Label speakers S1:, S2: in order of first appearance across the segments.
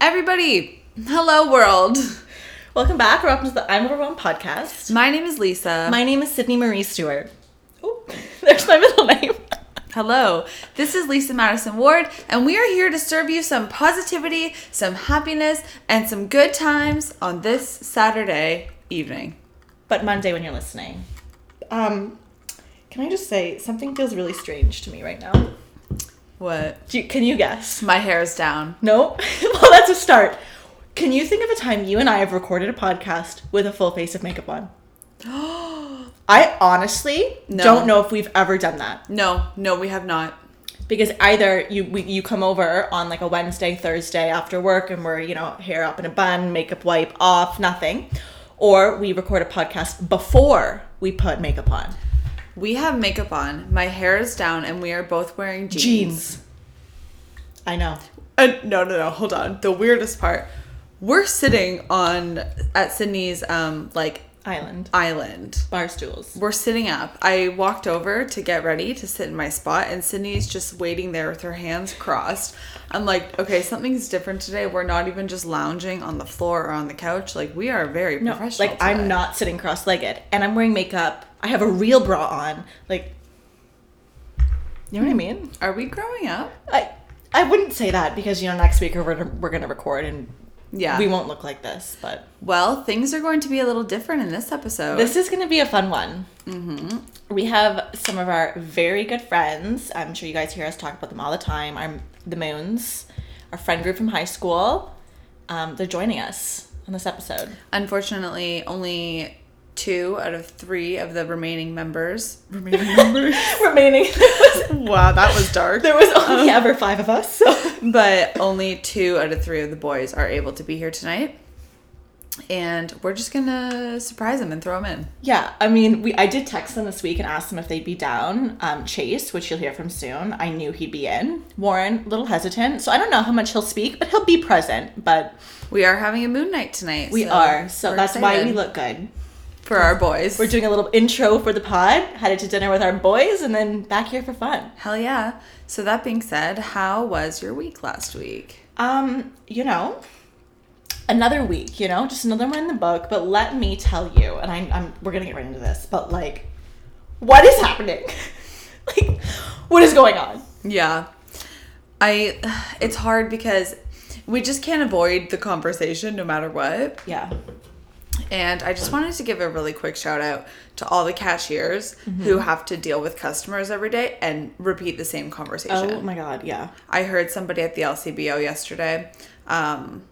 S1: Everybody, hello world.
S2: Welcome back. Welcome to the I'm Overwhelmed podcast.
S1: My name is Lisa.
S2: My name is Sydney Marie Stewart. Oh, there's my middle name.
S1: hello. This is Lisa Madison Ward, and we are here to serve you some positivity, some happiness, and some good times on this Saturday evening.
S2: But Monday when you're listening. Um, can I just say something feels really strange to me right now?
S1: What?
S2: Do you, can you guess?
S1: My hair is down.
S2: No? well, that's a start. Can you think of a time you and I have recorded a podcast with a full face of makeup on? I honestly
S1: No.
S2: don't know if we've ever done that.
S1: No, no, we have not.
S2: because either you we, you come over on like a Wednesday, Thursday after work, and we're you know hair up in a bun, makeup wipe off, nothing, or we record a podcast before we put makeup on.
S1: We have makeup on. My hair is down, and we are both wearing jeans.
S2: I know.
S1: Uh, no, no, no. Hold on. The weirdest part. We're sitting on at Sydney's um like
S2: Island
S1: island.
S2: bar stools.
S1: We're sitting up. I walked over to get ready to sit in my spot, and Sydney's just waiting there with her hands crossed. I'm like, okay, something's different today. We're not even just lounging on the floor or on the couch. Like, we are very
S2: No,
S1: professional.
S2: like I'm
S1: today.
S2: not sitting cross-legged, and I'm wearing makeup. I have a real bra on. Like, you know what I mean?
S1: Are we growing up?
S2: I I wouldn't say that because you know next week we're gonna- we're gonna record and
S1: Yeah.
S2: we won't look like this, but.
S1: well, things are going to be a little different in this episode.
S2: This is going to be a fun one. We have some of our very good friends. I'm sure you guys hear us talk about them all the time. Our the Moons, our friend group from high school. Um, they're joining us on this episode.
S1: Unfortunately, only two out of three of the remaining members. Remaining members?
S2: Remaining,
S1: wow, that was dark. Um,
S2: there was only ever five of us. So
S1: but only two out of three of the boys are able to be here tonight. And we're just gonna surprise them and throw them in.
S2: yeah, I mean, we I did text them this week and asked them if they'd be down. Um, Chase, which you'll hear from soon, I knew he'd be in. Warren, a little hesitant, so I don't know how much he'll speak, but he'll be present. But
S1: We are having a moon night tonight.
S2: we are, so
S1: we're
S2: that's why we
S1: excited
S2: look good.
S1: for our boys.
S2: We're doing a little intro for the pod, headed to dinner with our boys, and then back here for fun.
S1: Hell yeah! So that being said, how was your week last week?
S2: Um, you know, another week, you know, just another one in the book. But let me tell you, and I'm, I'm we're gonna get right into this, but like, what is happening? like, what is going on?
S1: Yeah, I. It's hard because we just can't avoid the conversation no matter what.
S2: Yeah,
S1: And I just wanted to give a really quick shout out to all the cashiers who have to deal with customers every day and repeat the same conversation.
S2: oh my god, yeah,
S1: I heard somebody at the LCBO yesterday. Um,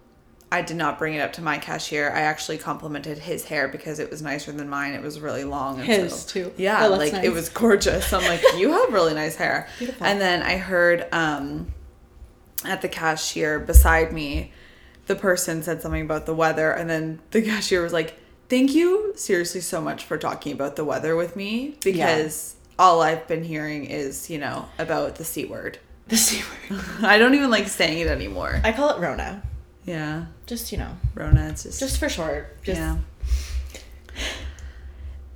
S1: I did not bring it up to my cashier. I actually complimented his hair because it was nicer than mine. It was really long. and
S2: His, too.
S1: Yeah,
S2: Oh, that's
S1: like it
S2: nice.
S1: was gorgeous. I'm like, you have really nice hair.
S2: Beautiful.
S1: And then I heard um, at the cashier beside me, the person said something about the weather, and then the cashier was like, "Thank you seriously so much for talking about the weather with me because all I've been hearing is you know about the c word."
S2: the c word.
S1: I don't even like saying it anymore.
S2: I call it Rona.
S1: Yeah,
S2: Just you know,
S1: Rona. It's just,
S2: just for short. Just
S1: yeah.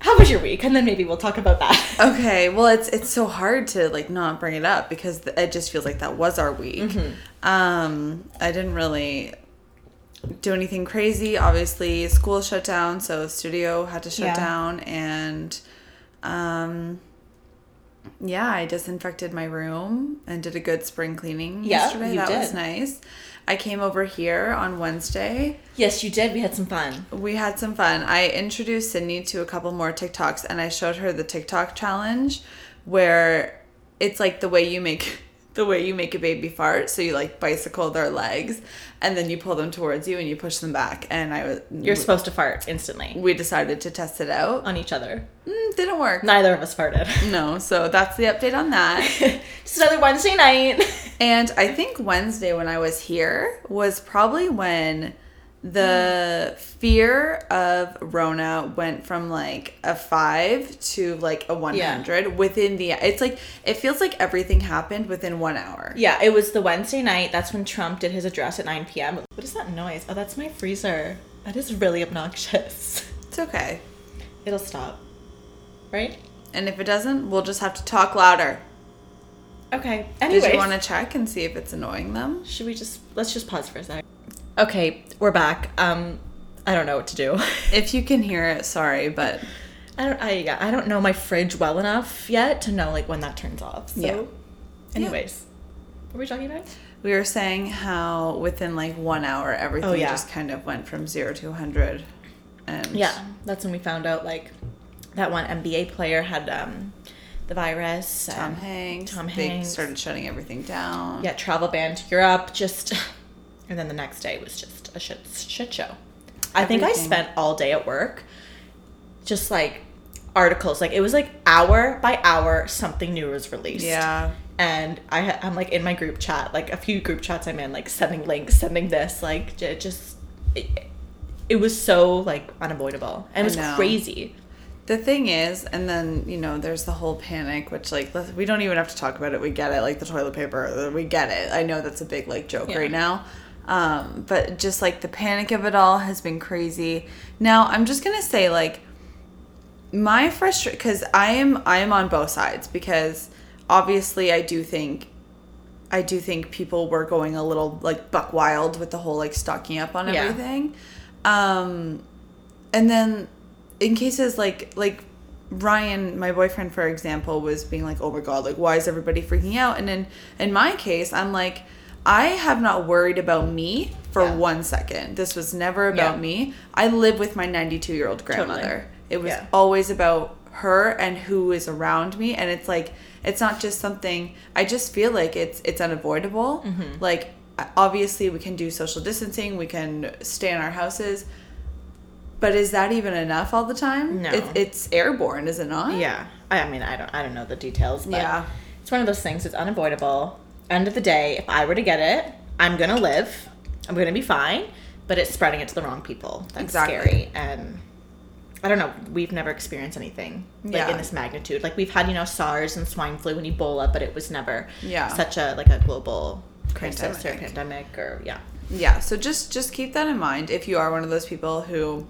S2: how was your week? And then maybe we'll talk about that.
S1: Okay, well, it's it's so hard to like not bring it up because th- it just feels like that was our week.
S2: Mm-hmm.
S1: Um, I didn't really do anything crazy. Obviously, school shut down, so studio had to shut
S2: Yeah.
S1: down, and um, yeah, I disinfected my room and did a good spring cleaning
S2: Yeah,
S1: yesterday.
S2: you
S1: that was
S2: did.
S1: nice. I came over here on Wednesday.
S2: yes, you did. We had some fun.
S1: We had some fun. I introduced Sydney to a couple more TikToks and I showed her the TikTok challenge where it's like the way you make the way you make a baby fart. So you like bicycle their legs and then you pull them towards you and you push them back. And I was
S2: You're supposed to fart instantly
S1: we decided to test it out.
S2: on each other.
S1: Mm, didn't work.
S2: Neither of us farted.
S1: No, so that's the update on that.
S2: Just another Wednesday night.
S1: And I think Wednesday when I was here was probably when the fear of Rona went from like a five to like a 100 within the. It's like, it feels like everything happened within one hour.
S2: Yeah, it was the Wednesday night. That's when Trump did his address at 9 p.m. What is that noise? Oh, that's my freezer. That is really obnoxious.
S1: It's okay.
S2: It'll stop. Right?
S1: And if it doesn't, we'll just have to talk louder.
S2: Okay.
S1: Did
S2: Anyway,
S1: you want to check and see if it's annoying them?
S2: should we just let's just pause for a sec? Okay, we're back. Um, I don't know what to do.
S1: If you can hear it, sorry, but
S2: I don't. I yeah, I don't know my fridge well enough yet to know like when that turns off. So,
S1: Yeah.
S2: anyways, what were we talking about?
S1: we were saying how within like one hour everything
S2: Oh, yeah.
S1: just kind of went from zero to 100. And
S2: Yeah, that's when we found out like that one NBA player had um, the virus.
S1: Tom
S2: um,
S1: Hanks.
S2: Tom
S1: They
S2: Hanks.
S1: started shutting everything down.
S2: yeah, travel ban to Europe. Just, and then the next day was just a shit shit show. I think I
S1: Everything.
S2: spent all day at work, just like articles. Like it was like hour by hour, something new was released.
S1: Yeah.
S2: And I, ha- I'm like in my group chat, like a few group chats I'm in, like sending links, sending this, like j- just, it, it was so like unavoidable and it was
S1: I know.
S2: crazy.
S1: The thing is, and then, you know, there's the whole panic, which, like, let's- we don't even have to talk about it. We get it. Like, the toilet paper, we get it. I know that's a big, like, joke
S2: Yeah.
S1: right now. Um, but just, like, the panic of it all has been crazy. Now, I'm just going to say, like, my frustration, because I am, I am on both sides, because obviously I do think I do think people were going a little like buck wild with the whole like stocking up on
S2: Yeah.
S1: everything. Um and then in cases like like Ryan, my boyfriend for example, was being like, "Oh my god, like why is everybody freaking out?" And in in my case, I'm like I have not worried about me for
S2: Yeah.
S1: one second. This was never about
S2: Yeah.
S1: me. I live with my 92-year-old grandmother. It was
S2: Yeah.
S1: always about her and who is around me and it's like it's not just something i just feel like it's it's unavoidable
S2: Mm-hmm.
S1: like obviously we can do social distancing we can stay in our houses but is that even enough all the time
S2: No.
S1: it, it's airborne is it not
S2: Yeah. I, I mean, I don't, I don't know the details, but
S1: Yeah.
S2: it's one of those things. It's unavoidable. End of the day, if I were to get it, I'm gonna live. I'm gonna be fine. But it's spreading it to the wrong people. That's
S1: Exactly.
S2: scary. And I don't know. We've never experienced anything like
S1: Yeah.
S2: in this magnitude. Like we've had, you know, SARS and swine flu and Ebola, but it was never
S1: Yeah.
S2: such a like a global crisis
S1: Pandemic.
S2: or pandemic or yeah.
S1: yeah so just just keep that in mind if you are one of those people who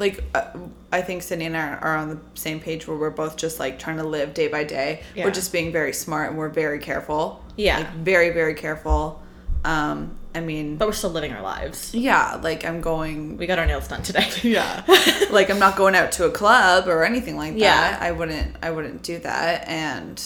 S1: like uh, i think cindy and i are, are on the same page where we're both just like trying to live day by day
S2: Yeah.
S1: we're just being very smart and we're very careful
S2: Yeah.
S1: like very very careful um i mean
S2: But we're still living our lives.
S1: yeah like i'm going
S2: We got our nails done today.
S1: yeah like i'm not going out to a club or anything like that
S2: Yeah.
S1: i wouldn't i wouldn't do that and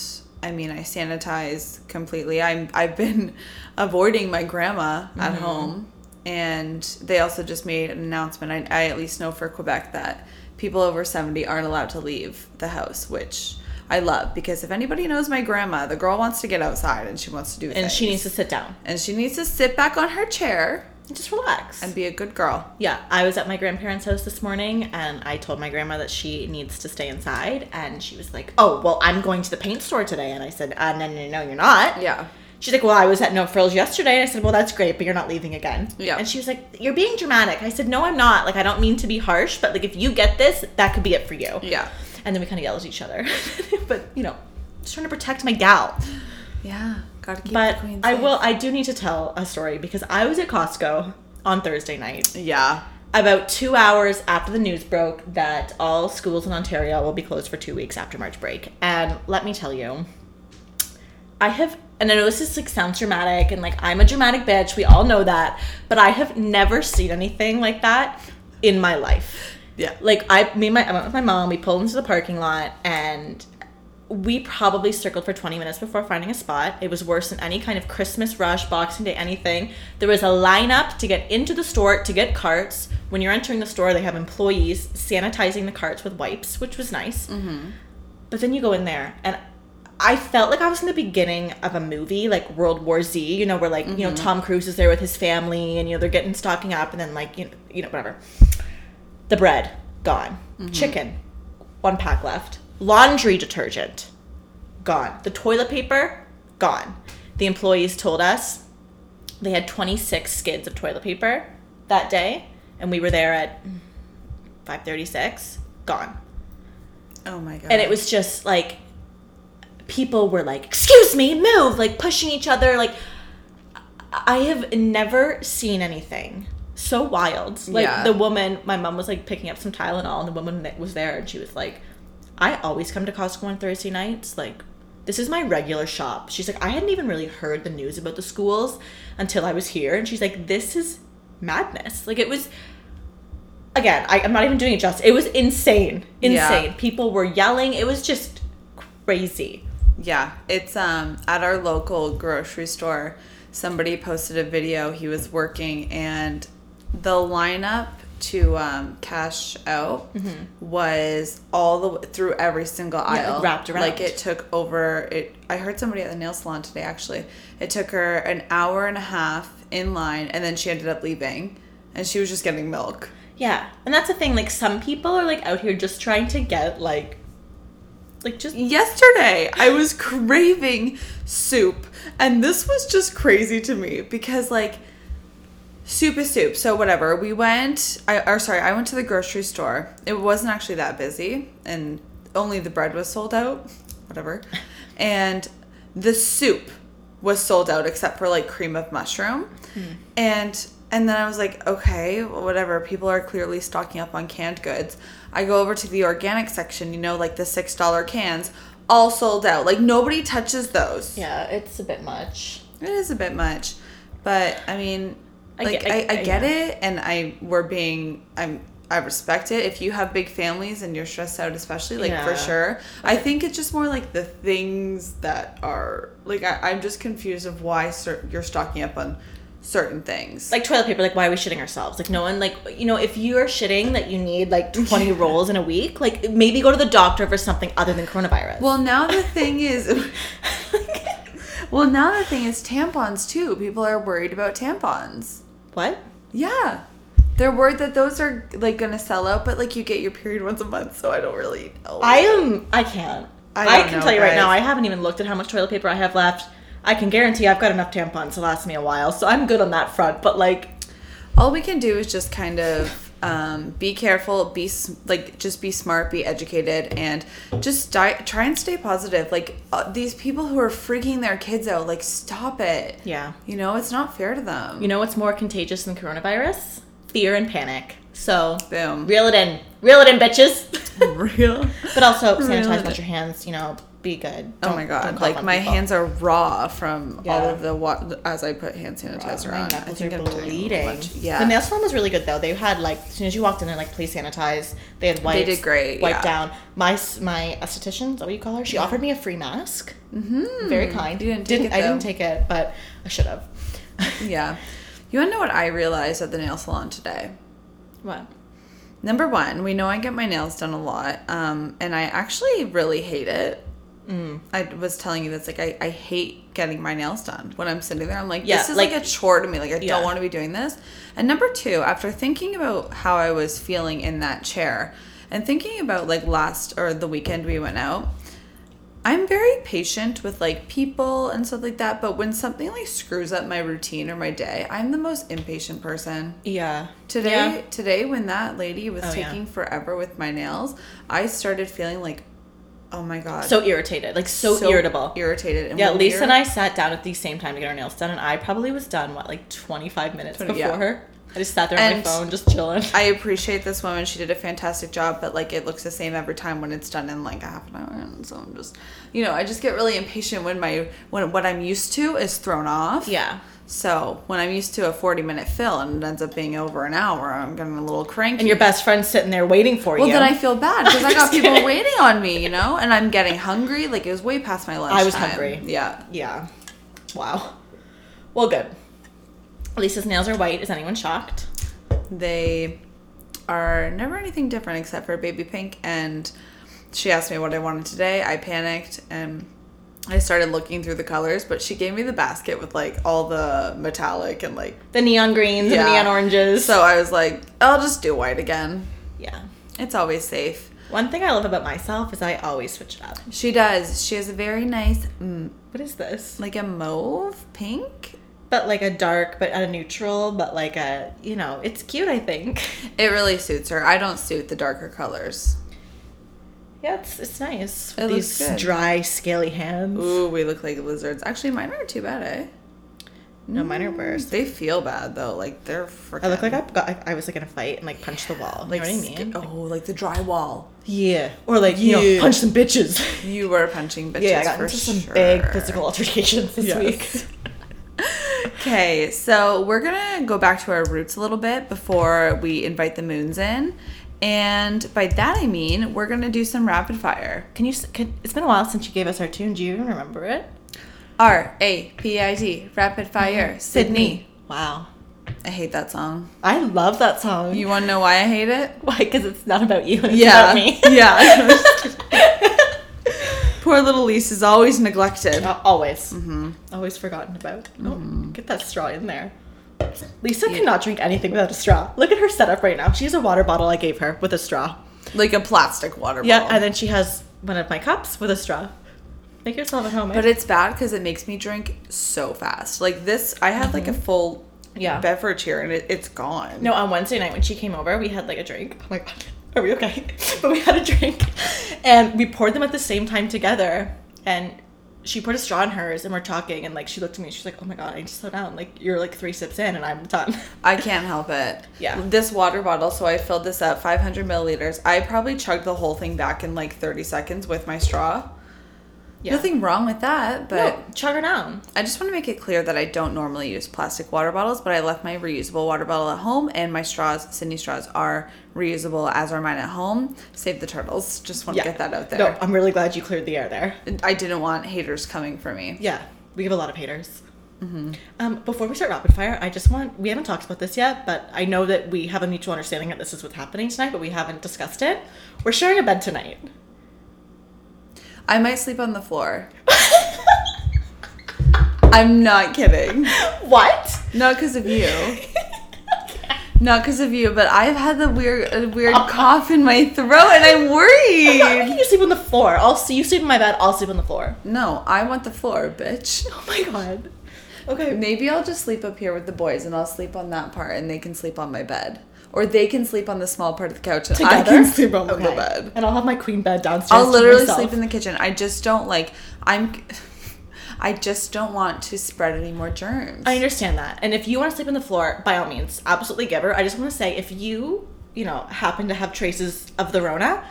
S1: i mean i sanitize completely i'm i've been avoiding my grandma at
S2: Mm-hmm.
S1: home and they also just made an announcement I, I at least know for quebec that people over 70 aren't allowed to leave the house which i love because if anybody knows my grandma the girl wants to get outside and she wants to do
S2: and she
S1: things.
S2: needs to sit down
S1: and she needs to sit back on her chair
S2: and just relax.
S1: and be a good girl
S2: Yeah, I was at my grandparents' house this morning and I told my grandma that she needs to stay inside. And she was like, Oh, well, I'm going to the paint store today. And I said, uh, No, no, no, no, you're not.
S1: yeah
S2: She's like, Well, I was at No Frills yesterday. And I said, Well, that's great, but you're not leaving again.
S1: Yeah.
S2: And she was like, You're being dramatic. I said, No, I'm not. Like, I don't mean to be harsh, but like, if you get this, that could be it for you.
S1: yeah
S2: And then we kind of yelled at each other. but, you know, just trying to protect my gal.
S1: Yeah, gotta keep
S2: But
S1: the queen
S2: I
S1: safe.
S2: will, I do need to tell a story because I was at Costco on Thursday night.
S1: Yeah,
S2: about two hours after the news broke that all schools in Ontario will be closed for two weeks after March break. And let me tell you, I have, and I know this is like sounds dramatic and like I'm a dramatic bitch, we all know that, but I have never seen anything like that in my life.
S1: yeah,
S2: Like I, me and my, I went with my mom. We pulled into the parking lot, and we probably circled for 20 minutes before finding a spot. It was worse than any kind of Christmas rush, Boxing Day, anything. There was a lineup to get into the store to get carts. When you're entering the store, they have employees sanitizing the carts with wipes, which was nice. But then you go in there, and I felt like I was in the beginning of a movie, like World War Z. You know, where like you know Tom Cruise is there with his family, and you know they're getting stocking up, and then like you know, you know whatever. The bread, gone. Chicken, one pack left. Laundry detergent, gone. The toilet paper, gone. The employees told us they had 26 skids of toilet paper that day, and we were there at 5:36, gone.
S1: Oh my god.
S2: And it was just like people were like, "Excuse me, move!" Like pushing each other. Like I have never seen anything so wild. Like
S1: Yeah.
S2: the woman, my mom was like picking up some Tylenol, and the woman that was there, and she was like, "I always come to Costco on Thursday nights. Like this is my regular shop." She's like, "I hadn't even really heard the news about the schools until I was here," and she's like, "This is." madness. Like it was again, I, I'm not even doing it justice. It was insane.
S1: Yeah.
S2: Insane. People were yelling. It was just crazy.
S1: Yeah, it's um at our local grocery store. Somebody posted a video. He was working, and the lineup to um, cash out was all the way through every single
S2: Mm-hmm. Yeah,
S1: aisle,
S2: wrapped around.
S1: Like it took over. It. I heard somebody at the nail salon today. Actually, it took her an hour and a half in line, and then she ended up leaving, and she was just getting milk.
S2: Yeah. And that's the thing, like some people are like out here just trying to get like like just
S1: yesterday I was craving soup and this was just crazy to me because like soup is soup so whatever we went I or sorry I went to the grocery store it wasn't actually that busy and only the bread was sold out whatever and the soup was sold out except for like cream of mushroom and and then I was like, okay, whatever. People are clearly stocking up on canned goods. I go over to the organic section, you know, like the six dollar cans, all sold out. Like nobody touches those.
S2: Yeah, it's a bit much.
S1: It is a bit much, but I mean,
S2: I
S1: like
S2: get-
S1: I,
S2: I-
S1: I,
S2: I-
S1: get it, and I we're being I'm I respect it. If you have big families and you're stressed out, especially like for
S2: Yeah.
S1: sure, I think it's just more like the things that are like I, I'm just confused of why cer- you're stocking up on certain things.
S2: Like toilet paper, like why are we shitting ourselves? Like no one like you know, if you are shitting that you need like twenty rolls in a week, like maybe go to the doctor for something other than coronavirus.
S1: Well, now the thing is, well, now the thing is tampons too. People are worried about tampons.
S2: what?
S1: Yeah. They're worried that those are like gonna sell out, but like you get your period once a month, so I don't really know.
S2: I am. I can't.
S1: I
S2: I,
S1: don't
S2: can
S1: know,
S2: tell you right
S1: guys.
S2: now. I haven't even looked at how much toilet paper I have left. I can guarantee I've got enough tampons to last me a while, so I'm good on that front. But like,
S1: all we can do is just kind of um, be careful, be s- like just be smart, be educated, and just di- try and stay positive. Like uh, these people who are freaking their kids out, like stop it.
S2: yeah,
S1: You know it's not fair to them.
S2: you know what's more contagious than coronavirus? Fear and panic. So
S1: Boom.
S2: reel it in, reel it in, bitches.
S1: Real.
S2: but also
S1: Reel it
S2: sanitize,
S1: in.
S2: wash your hands. You know, be good.
S1: Oh
S2: Don't-
S1: my
S2: don't
S1: god!
S2: cough
S1: Like
S2: on
S1: my
S2: people.
S1: hands are raw from all
S2: Yeah.
S1: of the wa- as I put hand sanitizer
S2: My
S1: on. I
S2: knuckles
S1: think
S2: are
S1: I'm doing a
S2: bleeding.
S1: bunch-
S2: The
S1: Yeah.
S2: nail salon was really good though. They had like as soon as you walked in, they're like, please sanitize. They had wipes.
S1: did great,
S2: Wipe
S1: yeah.
S2: down. My s- my esthetician, is that what you call her? She offered me a free mask. Mm-hmm. Very kind.
S1: You didn't take it,
S2: I didn't
S1: though.
S2: take it, but I should have.
S1: yeah. You wanna know what I realized at the nail salon today?
S2: what?
S1: Number one, we know I get my nails done a lot, um, and I actually really hate it.
S2: Mm.
S1: I was telling you this, like I, I hate getting my nails done. When I'm sitting there, I'm like,
S2: Yeah,
S1: this is like,
S2: like-
S1: a chore to me. Like I
S2: Yeah.
S1: don't want to be doing this. And number two, after thinking about how I was feeling in that chair, and thinking about like last or the weekend we went out, I'm very patient with like people and stuff like that. But when something like screws up my routine or my day, I'm the most impatient person.
S2: Yeah.
S1: Today,
S2: Yeah.
S1: today when that lady was
S2: Oh, yeah.
S1: taking forever with my nails, I started feeling like, oh my god,
S2: So irritated, like so, irritable.
S1: irritated. And
S2: yeah,
S1: when
S2: Lisa
S1: we
S2: and
S1: were-
S2: I sat down at the same time to get our nails done, and I probably was done what like 25 minutes
S1: 20,
S2: before
S1: yeah.
S2: her. I just sat there on my
S1: And-
S2: phone, just chilling.
S1: I appreciate this woman. She did a fantastic job, but like it looks the same every time when it's done in like a half an hour. And so I'm just, you know, I just get really impatient when my when what I'm used to is thrown off.
S2: yeah.
S1: So when I'm used to a 40 minute fill and it ends up being over an hour, I'm getting a little cranky.
S2: And your best friend's sitting there waiting for
S1: Well,
S2: you.
S1: then I feel bad because I got
S2: Just
S1: people
S2: kidding.
S1: waiting on me, you know, and I'm getting hungry. Like it was way past my lunch.
S2: I was hungry.
S1: Yeah.
S2: Yeah. Wow. Well, good. Lisa's nails are white. Is anyone shocked?
S1: They are never anything different except for baby pink. And she asked me what I wanted today. I panicked and I started looking through the colors, but she gave me the basket with like all the metallic and like.
S2: The neon greens and
S1: Yeah.
S2: the neon oranges.
S1: So I was like, I'll just do white again.
S2: yeah.
S1: It's always safe.
S2: One thing I love about myself is I always switch it up.
S1: She does. She has a very nice, mm,
S2: What is this?
S1: like a mauve pink.
S2: But like a dark, but a neutral, but like a, you know, it's cute, I think.
S1: It really suits her. I don't suit the darker colors.
S2: Yeah, it's, it's nice.
S1: It
S2: With
S1: looks
S2: these
S1: good.
S2: dry, scaly hands.
S1: Ooh, we look like lizards. Actually, mine aren't too bad, eh?
S2: No, mine are worse.
S1: They feel bad though. Like they're freaking.
S2: I look like I got, I, I was like in a fight and like punched the wall.
S1: like
S2: you know what I
S1: sk-
S2: mean?
S1: oh, like the drywall.
S2: Yeah. Or like, you
S1: Yeah.
S2: know, punch some bitches.
S1: You were punching bitches.
S2: Yeah, I got
S1: for
S2: into some
S1: sure.
S2: big physical altercations this
S1: Yes.
S2: week.
S1: Okay, so we're gonna go back to our roots a little bit before we invite the moons in. And by that I mean we're gonna do some rapid fire.
S2: Can you? s- Can, it's been a while since you gave us our tune. Do you even remember it?
S1: R A P I D, rapid
S2: Mm-hmm.
S1: fire, Sydney.
S2: Wow.
S1: I hate that song.
S2: I love that song.
S1: You wanna know why I hate it?
S2: Why? Because it's not about you. It's
S1: Yeah.
S2: about me.
S1: yeah. Poor little Lise is always neglected.
S2: Uh, always. Always forgotten about. Oh, get that straw in there. Lisa cannot drink anything without a straw. Look at her setup right now. She has a water bottle I gave her with a straw.
S1: Like a plastic water bottle.
S2: Yeah, and then she has one of my cups with a straw. Make yourself at home.
S1: But
S2: But
S1: it's bad because it makes me drink so fast. Like this, I had like a full
S2: Mm-hmm. Yeah.
S1: beverage here and it, it's gone.
S2: no, on Wednesday night when she came over, we had like a drink. Oh my god, are we okay? but we had a drink, and we poured them at the same time together. And she put a straw in hers, and we're talking, and like she looked at me, she's like, "Oh my god, I need to slow down. Like you're like three sips in, and I'm done."
S1: I can't help it.
S2: Yeah.
S1: This water bottle, so I filled this up 500 milliliters. I probably chugged the whole thing back in like 30 seconds with my straw.
S2: Yeah.
S1: Nothing wrong with that, but
S2: no, chug her down.
S1: I just want to make it clear that I don't normally use plastic water bottles, but I left my reusable water bottle at home, and my straws, Sydney straws, are reusable, as are mine at home. Save the turtles. Just want to get that out there.
S2: No, I'm really glad you cleared the air there.
S1: I didn't want haters coming for me.
S2: Yeah, we have a lot of haters.
S1: Mm-hmm.
S2: Um, before we start rapid fire, I just want we haven't talked about this yet, but I know that we have a mutual understanding that this is what's happening tonight, but we haven't discussed it. We're sharing a bed tonight.
S1: I might sleep on the floor. I'm not kidding.
S2: What?
S1: Not because of you. Not because of you, but I've had the weird, a weird cough in my throat, and I'm
S2: How
S1: worried.
S2: can you sleep on the floor? I'll see you sleep in my bed. I'll sleep on the floor.
S1: No, I want the floor, bitch.
S2: Oh my god. Okay.
S1: Maybe I'll just sleep up here with the boys and I'll sleep on that part and they can sleep on my bed. Or they can sleep on the small part of the couch and I can sleep on the
S2: Okay.
S1: bed.
S2: and I'll have my queen bed downstairs.
S1: I'll literally sleep
S2: In-
S1: in the kitchen. I just don't like I'm I just don't want to spread any more germs.
S2: I understand that, and if you want to sleep on the floor, by all means, absolutely give her. I just want to say, if you you know happen to have traces of the Rona,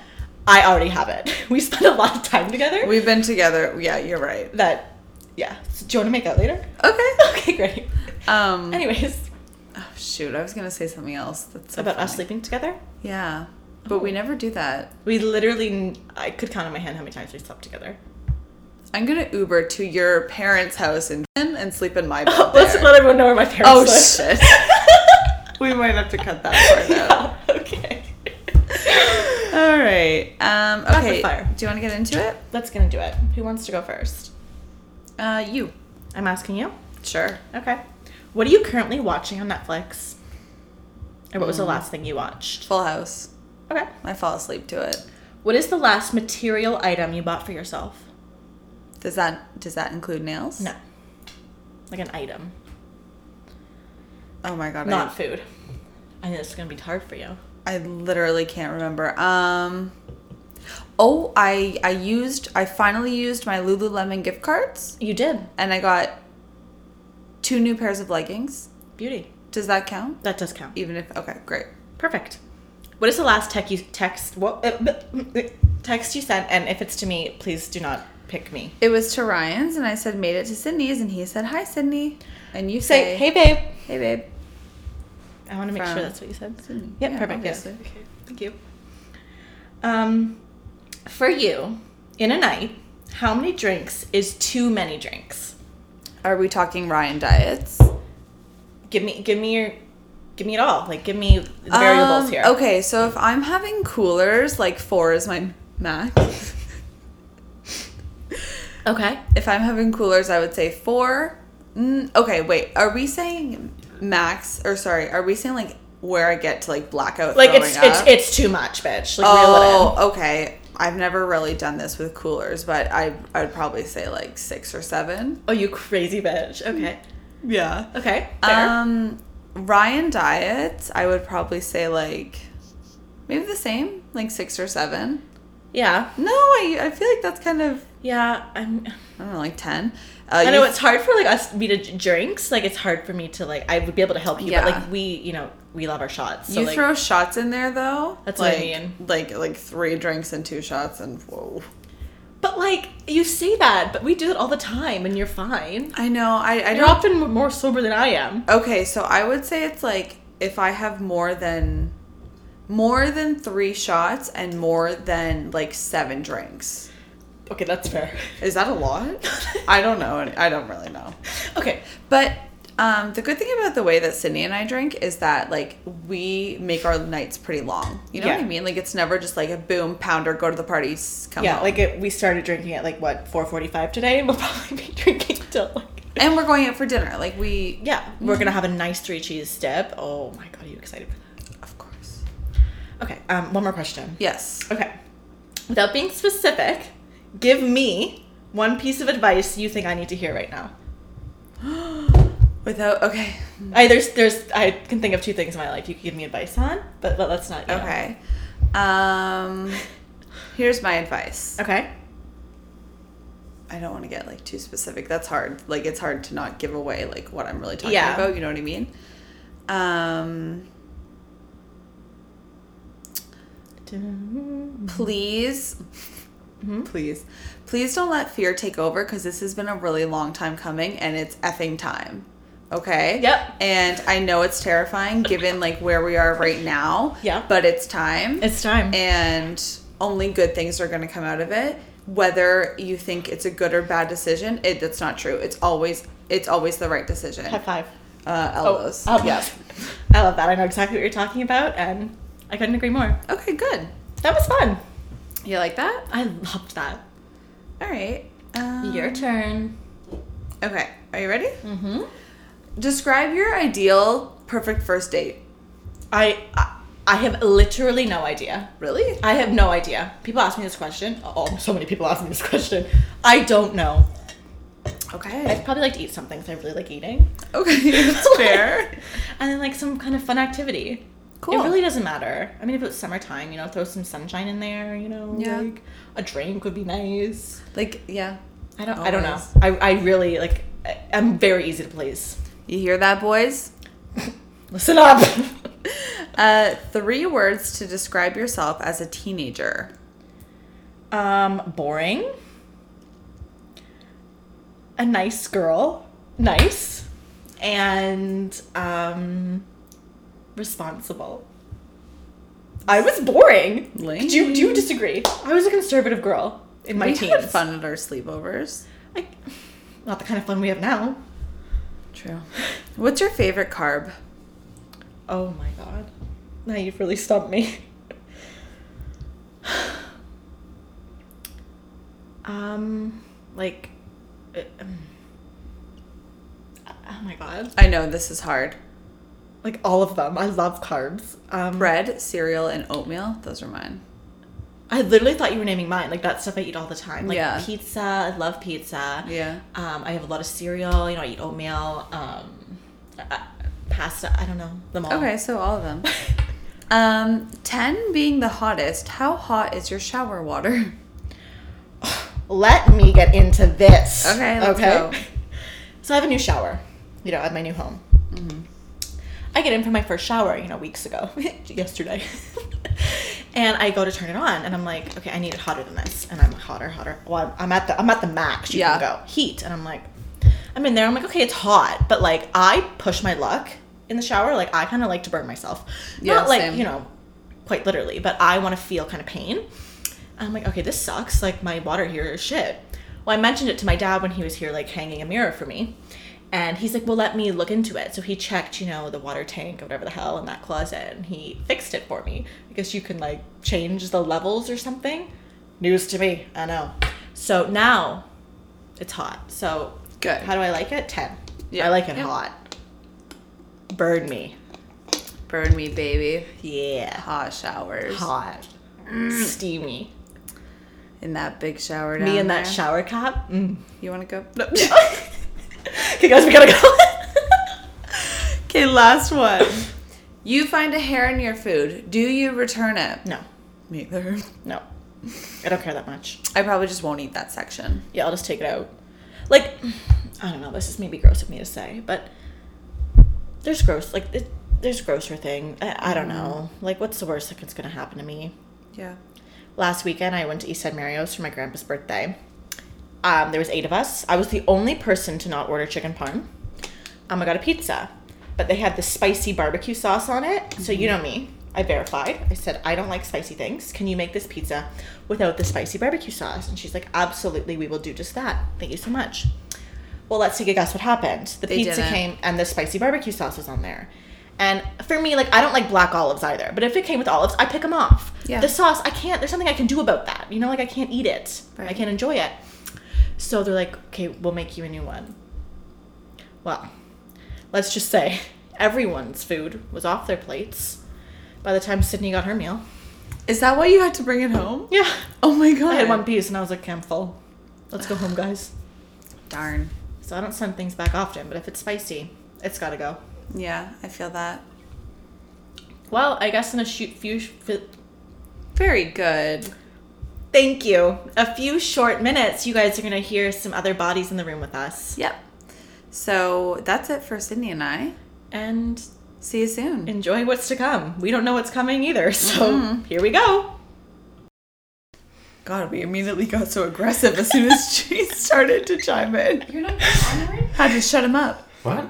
S2: I already have it. We spent a lot of time together.
S1: We've been together. Yeah, you're right.
S2: that yeah so, do you want to make out later
S1: Okay.
S2: okay great
S1: Um
S2: anyways
S1: oh, shoot, I was going to say something else. That's so
S2: about us Oh.
S1: funny.
S2: sleeping together
S1: Yeah. But we never do that.
S2: we literally i could count on my hand how many times we slept together
S1: I'm going to Uber to your parents' house in and sleep in my bed.
S2: let's
S1: there.
S2: let everyone know where my parents
S1: Oh
S2: live.
S1: shit. we might have to cut that part out.
S2: yeah, okay
S1: All right. Um, okay.
S2: fire.
S1: Do you want to get into it?
S2: that's gonna do it who wants to go first
S1: Uh, you.
S2: i'm asking you
S1: Sure.
S2: okay what are you currently watching on netflix or what was the last thing you watched
S1: Full House.
S2: okay
S1: I fall asleep to it.
S2: what is the last material item you bought for yourself
S1: Does that does that include nails?
S2: no like an item
S1: Oh my god.
S2: not food i think this is gonna be hard for you
S1: I, I literally can't remember. Um. Oh, I I used I finally used my Lululemon gift cards
S2: You did.
S1: and I got two new pairs of leggings.
S2: Beauty.
S1: Does that count?
S2: That does count.
S1: Even if okay, great.
S2: Perfect. What is the last tech you text? What uh, text you sent? And if it's to me, please do not pick me.
S1: It was to Ryan's and I said made it to Sydney's and he said hi Sydney and you say
S2: Say, hey, babe.
S1: hey babe.
S2: I want to make
S1: From
S2: sure that's what you said.
S1: Sydney.
S2: Yep,
S1: Yeah,
S2: perfect. Yes.
S1: obviously.
S2: Okay, thank you. Um, for you, in a night, how many drinks is too many drinks?
S1: Are we talking Ryan diets?
S2: Give me, give me your, give me it all. Like, give me the variables
S1: Um,
S2: here.
S1: Okay, so if I'm having coolers, like four is my max.
S2: Okay.
S1: if I'm having coolers, I would say four. Mm, okay, wait. Are we saying max? Or sorry, are we saying like where I get to like blackout?
S2: Like it's
S1: throwing
S2: it's
S1: up?
S2: it's too much, bitch. Like reel it in.
S1: oh, okay. I've never really done this with coolers, but I I'd probably say like six or seven.
S2: Oh, you crazy bitch. Okay.
S1: Yeah.
S2: Okay. Fair.
S1: Um, Ryan diets, I would probably say like maybe the same, like six or seven.
S2: yeah.
S1: No, I, I feel like that's kind of
S2: Yeah. I'm.
S1: I don't know, like ten. Uh,
S2: I
S1: you-
S2: know it's hard for like us me to j- drinks. Like it's hard for me to like. I would be able to help you, but
S1: Yeah.
S2: like we, you know, we love our shots. So
S1: you
S2: like,
S1: throw shots in there though.
S2: That's
S1: like,
S2: what I mean.
S1: Like like three drinks and two shots and whoa.
S2: But like you say that, but we do it all the time, and you're fine.
S1: I know. I, I
S2: You're
S1: don't.
S2: often more sober than I am.
S1: Okay, so I would say it's like if I have more than more than three shots and more than like seven drinks.
S2: Okay, that's fair.
S1: Is that a lot? I don't know. and I don't really know.
S2: Okay,
S1: But um, the good thing about the way that Sydney and I drink is that like we make our nights pretty long. You know
S2: Yeah.
S1: what I mean? Like it's never just like a boom pounder, go to the parties, come
S2: yeah,
S1: home.
S2: like it, we started drinking at like what 4:45 today, and we'll probably be drinking till like
S1: and we're going out for dinner. Like we,
S2: yeah. We're gonna have a nice three cheese dip. Oh my god, are you excited for that?
S1: of course.
S2: Okay, um, one more question.
S1: Yes.
S2: Okay, without being specific, give me one piece of advice you think I need to hear right now.
S1: Without okay,
S2: I there's there's I can think of two things in my life you could give me advice on, but let- let's not. you know.
S1: okay. Um, here's my advice.
S2: Okay.
S1: I don't want to get like too specific. That's hard. Like it's hard to not give away like what I'm really talking
S2: Yeah.
S1: about. You know what I mean? Um,
S2: Mm-hmm.
S1: please, please, please don't let fear take over because this has been a really long time coming and it's effing time. Okay.
S2: Yep.
S1: And I know it's terrifying given like where we are right now.
S2: Yeah.
S1: But it's time
S2: It's time.
S1: and only good things are going to come out of it whether you think it's a good or bad decision it, that's not true it's always it's always the right decision
S2: High five.
S1: uh elbows
S2: Oh, um,
S1: yes
S2: I love that. I know exactly what you're talking about, and I couldn't agree more.
S1: okay good
S2: That was fun.
S1: you like that
S2: I loved that.
S1: all right um,
S2: turn. Mm.
S1: okay are you ready mm-hmm describe your ideal perfect first date
S2: I, I I have literally no idea.
S1: really
S2: I have no idea. People ask me this question. Oh, so many people ask me this question. I don't know.
S1: okay
S2: I'd probably like to eat something because I really like eating.
S1: okay that's fair
S2: And then like some kind of fun activity.
S1: Cool.
S2: It really doesn't matter. I mean, if it's summertime, you know, throw some sunshine in there. You know,
S1: Yeah.
S2: like a drink would be nice.
S1: like yeah
S2: I don't. I don't know.
S1: Always.
S2: I, I really like. I- I'm very easy to please.
S1: you hear that boys
S2: Listen up.
S1: uh three words to describe yourself as a teenager
S2: um, boring. A nice girl. Nice. And um, responsible. I was boring.
S1: Lame.
S2: Do you, do you disagree? I was a conservative girl in my
S1: we
S2: teens.
S1: had fun at our sleepovers.
S2: I, not the kind of fun we have now.
S1: True. What's your favorite carb?
S2: Oh my god. Now you've really stumped me. um, like. uh, um, oh my god.
S1: I know this is hard.
S2: Like all of them. I love carbs. Um,
S1: Bread, cereal, and oatmeal. Those are mine.
S2: I literally thought you were naming mine. Like that stuff I eat all the time. Like
S1: Yeah.
S2: pizza. I love pizza.
S1: Yeah.
S2: Um, I have a lot of cereal. You know, I eat oatmeal. Um, uh, pasta. I don't know. Them all.
S1: Okay, so all of them. Um, ten being the hottest. How hot is your shower water?
S2: Let me get into this.
S1: Okay, let's go.
S2: So I have a new shower, you know, at my new home.
S1: Mm-hmm.
S2: I get in for my first shower, you know, weeks ago, yesterday. and I go to turn it on, and I'm like, okay, I need it hotter than this, and I'm hotter, hotter. Well, I'm at the I'm at the max you
S1: Yeah.
S2: can go heat, and I'm like, I'm in there. I'm like, okay, it's hot, but like I push my luck in the shower. Like I kind of like to burn myself,
S1: Yeah,
S2: not like
S1: same.
S2: you know, quite literally, but I want to feel kind of pain. I'm like, okay, this sucks. Like my water here is shit. Well, I mentioned it to my dad when he was here, like hanging a mirror for me, and he's like, well, let me look into it. So he checked, you know, the water tank or whatever the hell in that closet, and he fixed it for me. I guess you can like change the levels or something. News to me. I know. So now it's hot. So
S1: Good.
S2: How do I like it? Ten.
S1: Yeah.
S2: I like it
S1: Yeah.
S2: hot. Burn me.
S1: Burn me, baby.
S2: Yeah.
S1: Hot showers.
S2: Hot. Steamy.
S1: In that big shower Mm. down
S2: me in that
S1: there.
S2: shower cap. Mm.
S1: You want to go?
S2: okay, guys, we gotta go.
S1: Okay, last one. You find a hair in your food. Do you return it?
S2: no,
S1: Neither.
S2: no, I don't care that much.
S1: I probably just won't eat that section.
S2: Yeah, I'll just take it out. Like, I don't know. This is maybe gross of me to say, but there's gross. Like, it,
S1: Mm.
S2: there's grosser thing. I, I don't know. Like, what's the worst that's gonna happen to me?
S1: Yeah.
S2: last weekend I went to East Side Mario's for my grandpa's birthday. Um, there was eight of us. I was the only person to not order chicken parm. Um, I got a pizza, but they had the spicy barbecue sauce on it. So you
S1: Mm-hmm.
S2: know me, I verified. I said I don't like spicy things. Can you make this pizza without the spicy barbecue sauce? And she's like, Absolutely, we will do just that. Thank you so much. Well, let's take a guess what happened. The
S1: They
S2: pizza
S1: didn't.
S2: came and the spicy barbecue sauce was on there. And for me, like I don't like black olives either. But if it came with olives, I pick them off.
S1: Yeah.
S2: The sauce, I can't. There's something I can do about that. You know, like I can't eat it. I
S1: Right.
S2: can't enjoy it. So they're like, okay, we'll make you a new one. Well, let's just say everyone's food was off their plates by the time Sydney got her meal.
S1: Is that why you had to bring it home?
S2: Yeah.
S1: Oh my god.
S2: I had one piece and I was like, okay, I'm full. Let's go home, guys.
S1: Darn.
S2: So I don't send things back often, but if it's spicy, it's gotta go.
S1: Yeah, I feel that.
S2: Well, I guess in a shoot few. fi-
S1: Very good.
S2: Thank you. A few short minutes, you guys are gonna hear some other bodies in the room with us.
S1: Yep. So that's it for Sydney and I.
S2: And
S1: See you soon.
S2: enjoy what's to come. We don't know what's coming either, so here we go.
S1: God, we immediately got so aggressive as soon as she started to chime in.
S3: You're not honoring?
S1: Had to shut him up.
S4: What?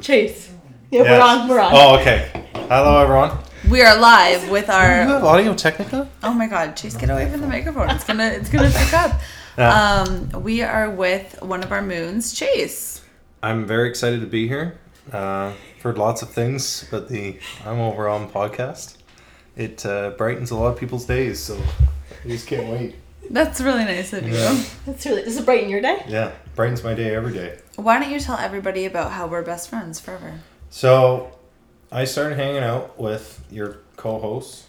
S2: Chase. Yeah,
S4: Yes.
S2: we're on, we're on.
S4: Oh, okay. Hello, everyone.
S1: We are live with
S4: Do you
S1: our.
S4: have Audio Technica?
S1: Oh my God, Chase, get away from the microphone. It's gonna, it's gonna pick up. Um, we are with one of our moons, Chase.
S4: I'm very excited to be here. Uh, I've heard lots of things, but the I'm Over On podcast, it uh, brightens a lot of people's days, so I just can't wait.
S1: That's really nice of you.
S4: Yeah.
S2: That's really, does it brighten your day?
S4: Yeah, brightens my day every day.
S1: Why don't you tell everybody about how we're best friends forever?
S4: So I started hanging out with your co hosts,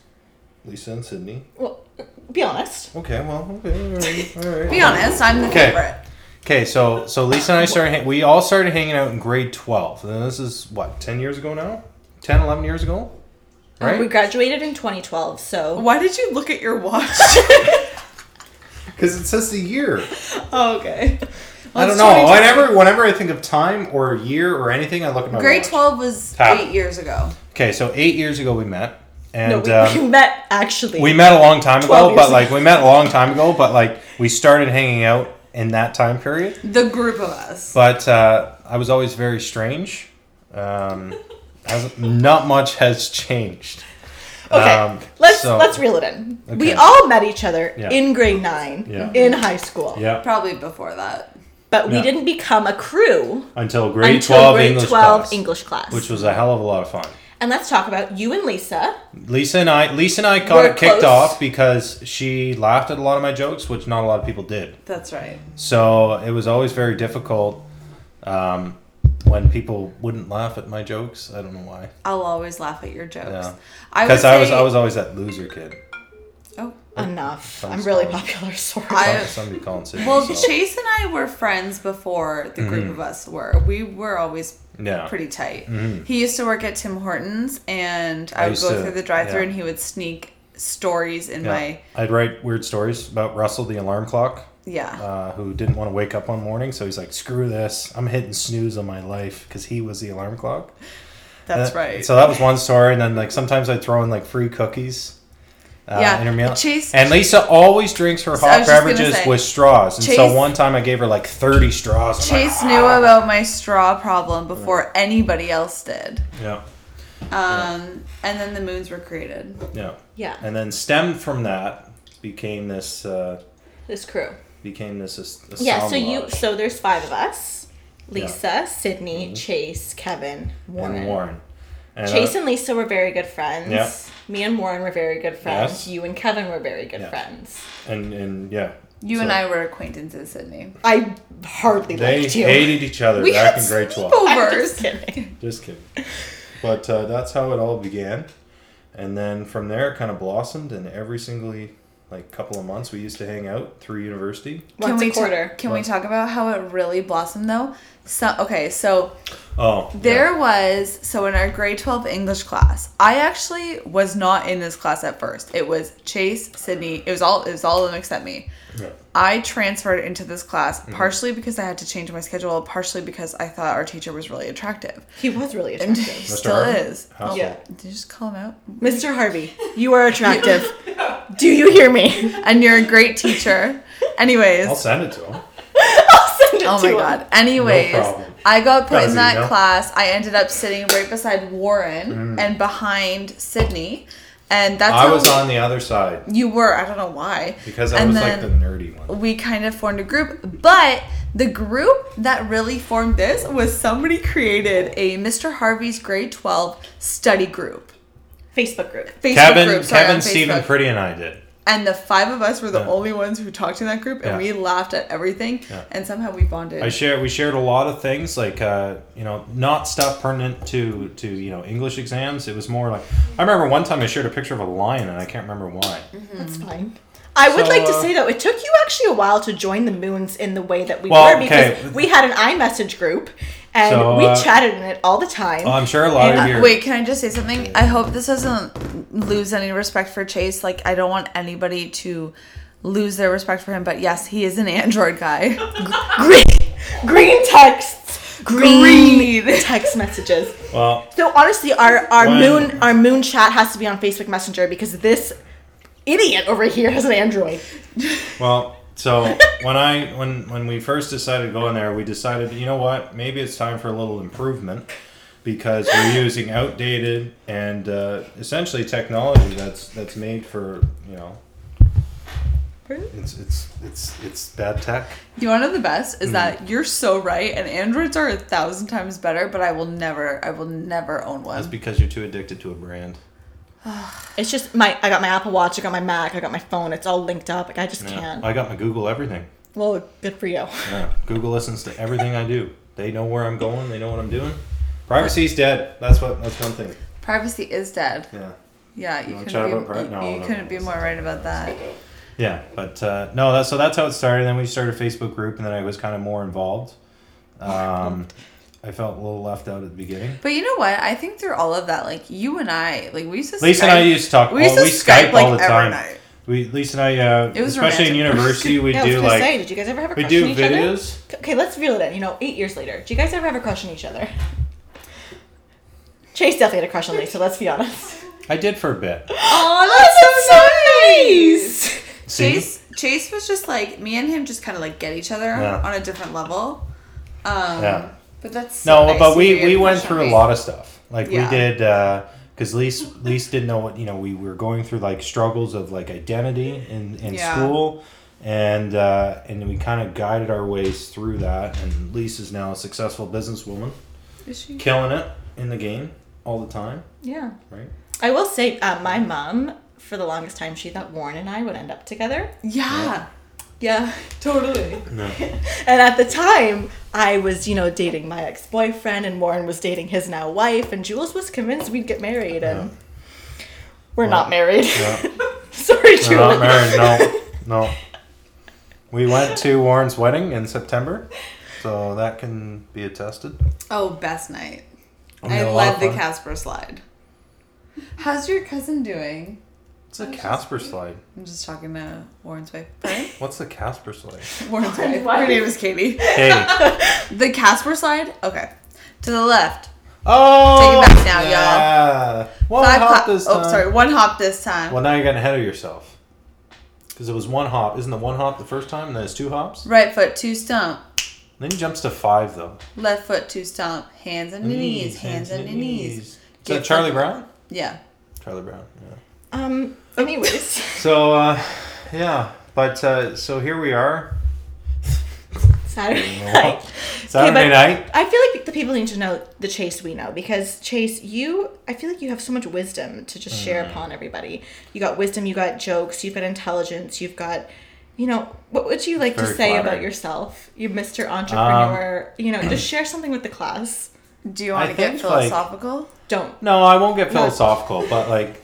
S4: Lisa and Sydney.
S2: Well, be honest.
S4: Okay, well, okay, all right. All right.
S1: Be honest, I'm the
S4: Okay.
S1: favorite.
S4: Okay, so so Lisa and I started hang- we all started hanging out in grade 12. And this is what 10 years ago now? 10 11 years ago?
S2: Oh, Um, We
S4: Right?
S2: graduated in 2012, so.
S1: Why did you look at your watch?
S4: Oh Cuz it says the year.
S2: okay.
S4: I don't know. Whenever whenever I think of time or year or anything, I look at my
S1: Grade
S4: watch.
S1: 12 was
S4: Tap.
S1: eight years ago.
S4: Okay, so 8 years ago we met
S2: No,
S4: and
S2: we,
S4: um,
S2: we met actually.
S4: we met a long time
S2: 12
S4: ago,
S2: years
S4: but like we met a long time ago, but like we started hanging out in that time period.
S1: The group of us.
S4: But uh, I was always very strange. Um, hasn't- not much has changed.
S2: Okay,
S4: Um,
S2: let's
S4: so-
S2: let's reel it in. We
S4: Okay.
S2: all met each other
S4: Yeah.
S2: in grade nine
S4: Yeah.
S2: in high school,
S4: Yeah.
S1: Probably before that.
S2: but we
S4: Yeah.
S2: didn't become a crew
S4: until grade
S2: until
S4: 12
S2: grade
S4: English
S2: 12
S4: class,
S2: English class.
S4: which was a hell of a lot of fun.
S2: and let's talk about you and Lisa.
S4: Lisa and I, Lisa and I got
S2: We're
S4: it kicked
S2: close.
S4: off because she laughed at a lot of my jokes, which not a lot of people did.
S1: That's right.
S4: So it was always very difficult um, when people wouldn't laugh at my jokes. I don't know why.
S1: I'll always laugh at your jokes.
S4: Yeah,
S1: I
S4: because
S1: would
S4: I was
S1: say-
S4: I was always that loser kid.
S1: Oh.
S2: Enough.
S4: I'm
S2: I'm really
S4: sorry.
S2: popular. Sorry.
S1: I-
S4: Some- Somebody calling Sydney.
S1: Well,
S4: so-
S1: Chase and I were friends before
S4: Mm-hmm.
S1: the group of us were. We were always
S4: yeah, Mm-hmm.
S1: pretty tight. He used to work at Tim Hortons, and I,
S4: I
S1: would
S4: used
S1: go
S4: to-
S1: through the drive-through,
S4: yeah.
S1: and he would sneak stories in
S4: yeah.
S1: my
S4: I'd write weird stories about Russell the alarm clock.
S1: yeah.
S4: uh, who didn't want to wake up one morning, so he's like, "Screw this! I'm hitting snooze on my life" because he was the alarm clock.
S1: that's
S4: Uh,
S1: right.
S4: So that was one story, and then like sometimes I'd throw in like free cookies. Uh,
S1: Yeah,
S4: in her meal.
S1: Chase-
S4: and Lisa always drinks her
S1: I
S4: hot
S1: was just gonna
S4: beverages
S1: say-
S4: with straws, and
S1: Chase-
S4: so one time I gave her like thirty straws. I'm like,
S1: Chase knew about my straw problem before anybody else did.
S4: yeah,
S1: Um, and then the moons were created.
S4: yeah,
S2: yeah,
S4: and then stemmed from that became this uh,
S2: this crew.
S4: became this. this
S2: Yeah, so you so there's five of us. Lisa, Sydney,
S4: Mhm.
S2: Chase, Kevin, Warren.
S4: and Warren. And, uh,
S2: Chase and Lisa were very good friends.
S4: Yeah.
S2: Me and Warren were very good friends.
S4: Yes.
S2: You and Kevin were very good
S4: Yeah.
S2: friends.
S4: and and yeah,
S1: You and
S4: So-
S1: I were acquaintances, Sydney.
S2: I hardly
S4: they
S2: liked you.
S4: hated each other
S1: We
S4: back
S1: had
S4: in grade twelve.
S2: I'm just
S1: sleepovers.
S2: kidding.
S4: Just kidding. But uh, that's how it all began, and then from there it kind of blossomed. And every single like couple of months we used to hang out through university.
S2: Once
S1: can we
S2: a quarter.
S1: ta- can we
S4: Once-
S1: talk about how it really blossomed though? So okay, so
S4: Oh,
S1: there was so in our grade 12 English class, I actually was not in this class at first. It was Chase, Sydney, it was all it was all of them except me.
S4: Yeah. Mm-hmm.
S1: I transferred into this class partially because I had to change my schedule, partially because I thought our teacher was really attractive.
S2: He was really
S1: And
S2: attractive.
S1: he still
S4: Harvey?
S1: is.
S4: How's
S2: Yeah.
S1: Did you just call him out?
S2: Mr. Harvey, you are attractive. Do you hear me?
S1: and you're a great teacher. Anyways,
S4: I'll send it to him.
S2: I'll send it
S1: oh
S2: to
S1: my
S2: him.
S1: god. Anyways,
S4: No problem.
S1: I got put
S4: Got his
S1: in that
S4: email.
S1: class. I ended up sitting right beside Warren and behind Sydney, and that's
S4: Mm. I
S1: how
S4: was on the other side
S1: you were. I don't know why.
S4: because I
S1: And
S4: was
S1: then-
S4: like the nerdy one.
S1: we kind of formed a group, but the group that really formed this was somebody created a Mr. Harvey's grade 12 study group.
S2: Facebook group.
S1: Facebook
S4: Kevin,
S1: group, sorry,
S4: Kevin,
S1: on
S4: Stephen,
S1: Facebook.
S4: Pretty, and I did.
S1: And the five of us were the
S4: Yeah.
S1: only ones who talked in that group, and
S4: Yeah.
S1: we laughed at everything,
S4: Yeah.
S1: and somehow we bonded.
S4: I share we shared a lot of things like uh, you know not stuff pertinent to to you know English exams. It was more like I remember one time I shared a picture of a lion and I can't remember why.
S1: Mm-hmm.
S2: That's fine. I would
S4: So,
S2: like to
S4: uh,
S2: say though, it took you actually a while to join the moons in the way that we
S4: Well,
S2: were because
S4: okay.
S2: we had an iMessage group and
S4: So,
S2: we
S4: uh,
S2: chatted in it all the time.
S4: Well, Oh, I'm sure a lot
S2: And,
S4: of
S2: uh,
S4: your
S1: Wait, can I just say something? I hope this doesn't lose any respect for Chase. Like, I don't want anybody to lose their respect for him, but yes, he is an Android guy.
S2: green, green texts, green,
S1: Green.
S2: text messages.
S4: well
S2: So honestly, our our
S4: When-
S2: moon our moon chat has to be on Facebook Messenger because this idiot over here has an Android.
S4: well so when I when when we first decided to go in there, we decided you know what maybe it's time for a little improvement because we're using outdated and uh, essentially technology that's that's made for you know it's it's it's it's bad tech.
S1: You want to know the best
S4: Mm-hmm.
S1: is that you're so right, and androids are a thousand times better. But I will never, I will never own
S4: That's
S1: one.
S4: because you're too addicted to a brand.
S2: It's just my I got my Apple Watch, I got my Mac, I got my phone. It's all linked up. Like I just
S4: Yeah.
S2: can't.
S4: I got my Google everything.
S2: Well, good for you.
S4: Yeah. Google listens to everything I do. They know where I'm going. They know what I'm doing. Privacy's dead. That's what. That's one thing.
S1: Privacy is dead.
S4: Yeah.
S1: Yeah, you
S4: wanna
S1: couldn't
S4: chat
S1: be,
S4: about pri-
S1: you,
S4: no,
S1: you
S4: no,
S1: couldn't
S4: no,
S1: be
S4: it's
S1: more right about that.
S4: Yeah. But uh, no. That, so that's how it started. Then we started a Facebook group, and then I was kind of more involved. Um, I felt a little left out at the beginning.
S1: But you know what? I think through all of that, like you and I, like we used to.
S4: Lisa and I used to talk.
S1: We used
S4: well,
S1: to
S4: we Skype,
S1: Skype,
S4: all
S1: like,
S4: the
S1: every
S4: time.
S1: night.
S4: We Lisa and I. Uh,
S1: It was
S4: especially in
S1: romantic.
S4: university, we
S2: yeah, I was
S4: do
S2: gonna
S4: like
S2: say, did you guys ever have a
S4: we
S2: crush on
S4: do
S2: each other?
S4: videos.
S2: Okay, let's reel it in. You know, eight years later, do you guys ever have a crush on each other? Chase definitely had a crush on Lisa. Let's be honest.
S4: I did for a bit.
S2: Oh, that's so nice.
S4: See?
S1: Chase. Chase was just like me and him, just kind of like get each other
S4: Yeah.
S1: on a different level. Um,
S4: Yeah.
S1: But that's so
S4: No,
S1: nice
S4: but
S1: to
S4: we,
S1: be
S4: we
S1: able to
S4: went
S1: show
S4: through a
S1: me.
S4: lot of stuff. Like
S1: Yeah.
S4: we did, because Lise Lise didn't know what you know. We were going through like struggles of like identity in in
S1: Yeah.
S4: school, and uh, and we kind of guided our ways through that. And Lise is now a successful businesswoman,
S1: Is she?
S4: killing it in the game all the time,
S2: Yeah.
S4: right?
S2: I will say, uh, my mom, for the longest time, she thought Warren and I would end up together.
S1: Yeah.
S2: Yeah, totally.
S4: No.
S2: And at the time, I was, you know, dating my ex boyfriend, and Warren was dating his now wife, and Jules was convinced we'd get married, and we're not married.
S4: Yeah.
S2: Sorry,
S4: We're
S2: Jules.
S4: not married. No, no. We went to Warren's wedding in September, so that can be attested.
S1: Oh, best night.
S4: We
S1: I
S4: had a lot
S1: love
S4: of
S1: the
S4: fun.
S1: Casper slide. How's your cousin doing?
S4: It's a Casper slide.
S1: I'm just talking to Warren's wife. Right?
S4: What's the Casper slide?
S1: Warren's wife. Her
S2: wife.
S1: name is Katie.
S4: Hey.
S1: The Casper slide? Okay. To the left.
S4: Oh,
S1: Take it back now, y'all.
S4: yeah. One
S1: Five
S4: hop
S1: hop.
S4: this time.
S1: Oh, sorry. One hop this time.
S4: Well, now you're getting ahead of yourself. Because it was one hop. Isn't the one hop the first time? And then it's two hops.
S1: Right foot, two stump.
S4: Then he jumps to five though.
S1: Left foot, two stump. Hands on your knees. Hands on your knees.
S4: Is
S1: Get
S4: that Charlie
S1: fucking-
S4: Brown?
S1: Yeah.
S4: Charlie Brown. Yeah.
S2: Um, anyways.
S4: So, uh, yeah. But uh, so here we are.
S2: Saturday night. but
S4: Saturday night.
S2: I feel like the people need to know the Chase we know because Chase, you, I feel like you have so much wisdom to just share upon everybody. You got wisdom, you got jokes, you've got intelligence, you've got, you know, what would you like to
S4: very
S2: say about
S4: flattering. Um,
S2: yourself? You, Mr. Entrepreneur, you know, just share something with the class.
S1: Do you want
S4: I
S1: to get
S4: think, like-
S1: philosophical?
S2: Don't.
S4: No, I won't get philosophical, but like.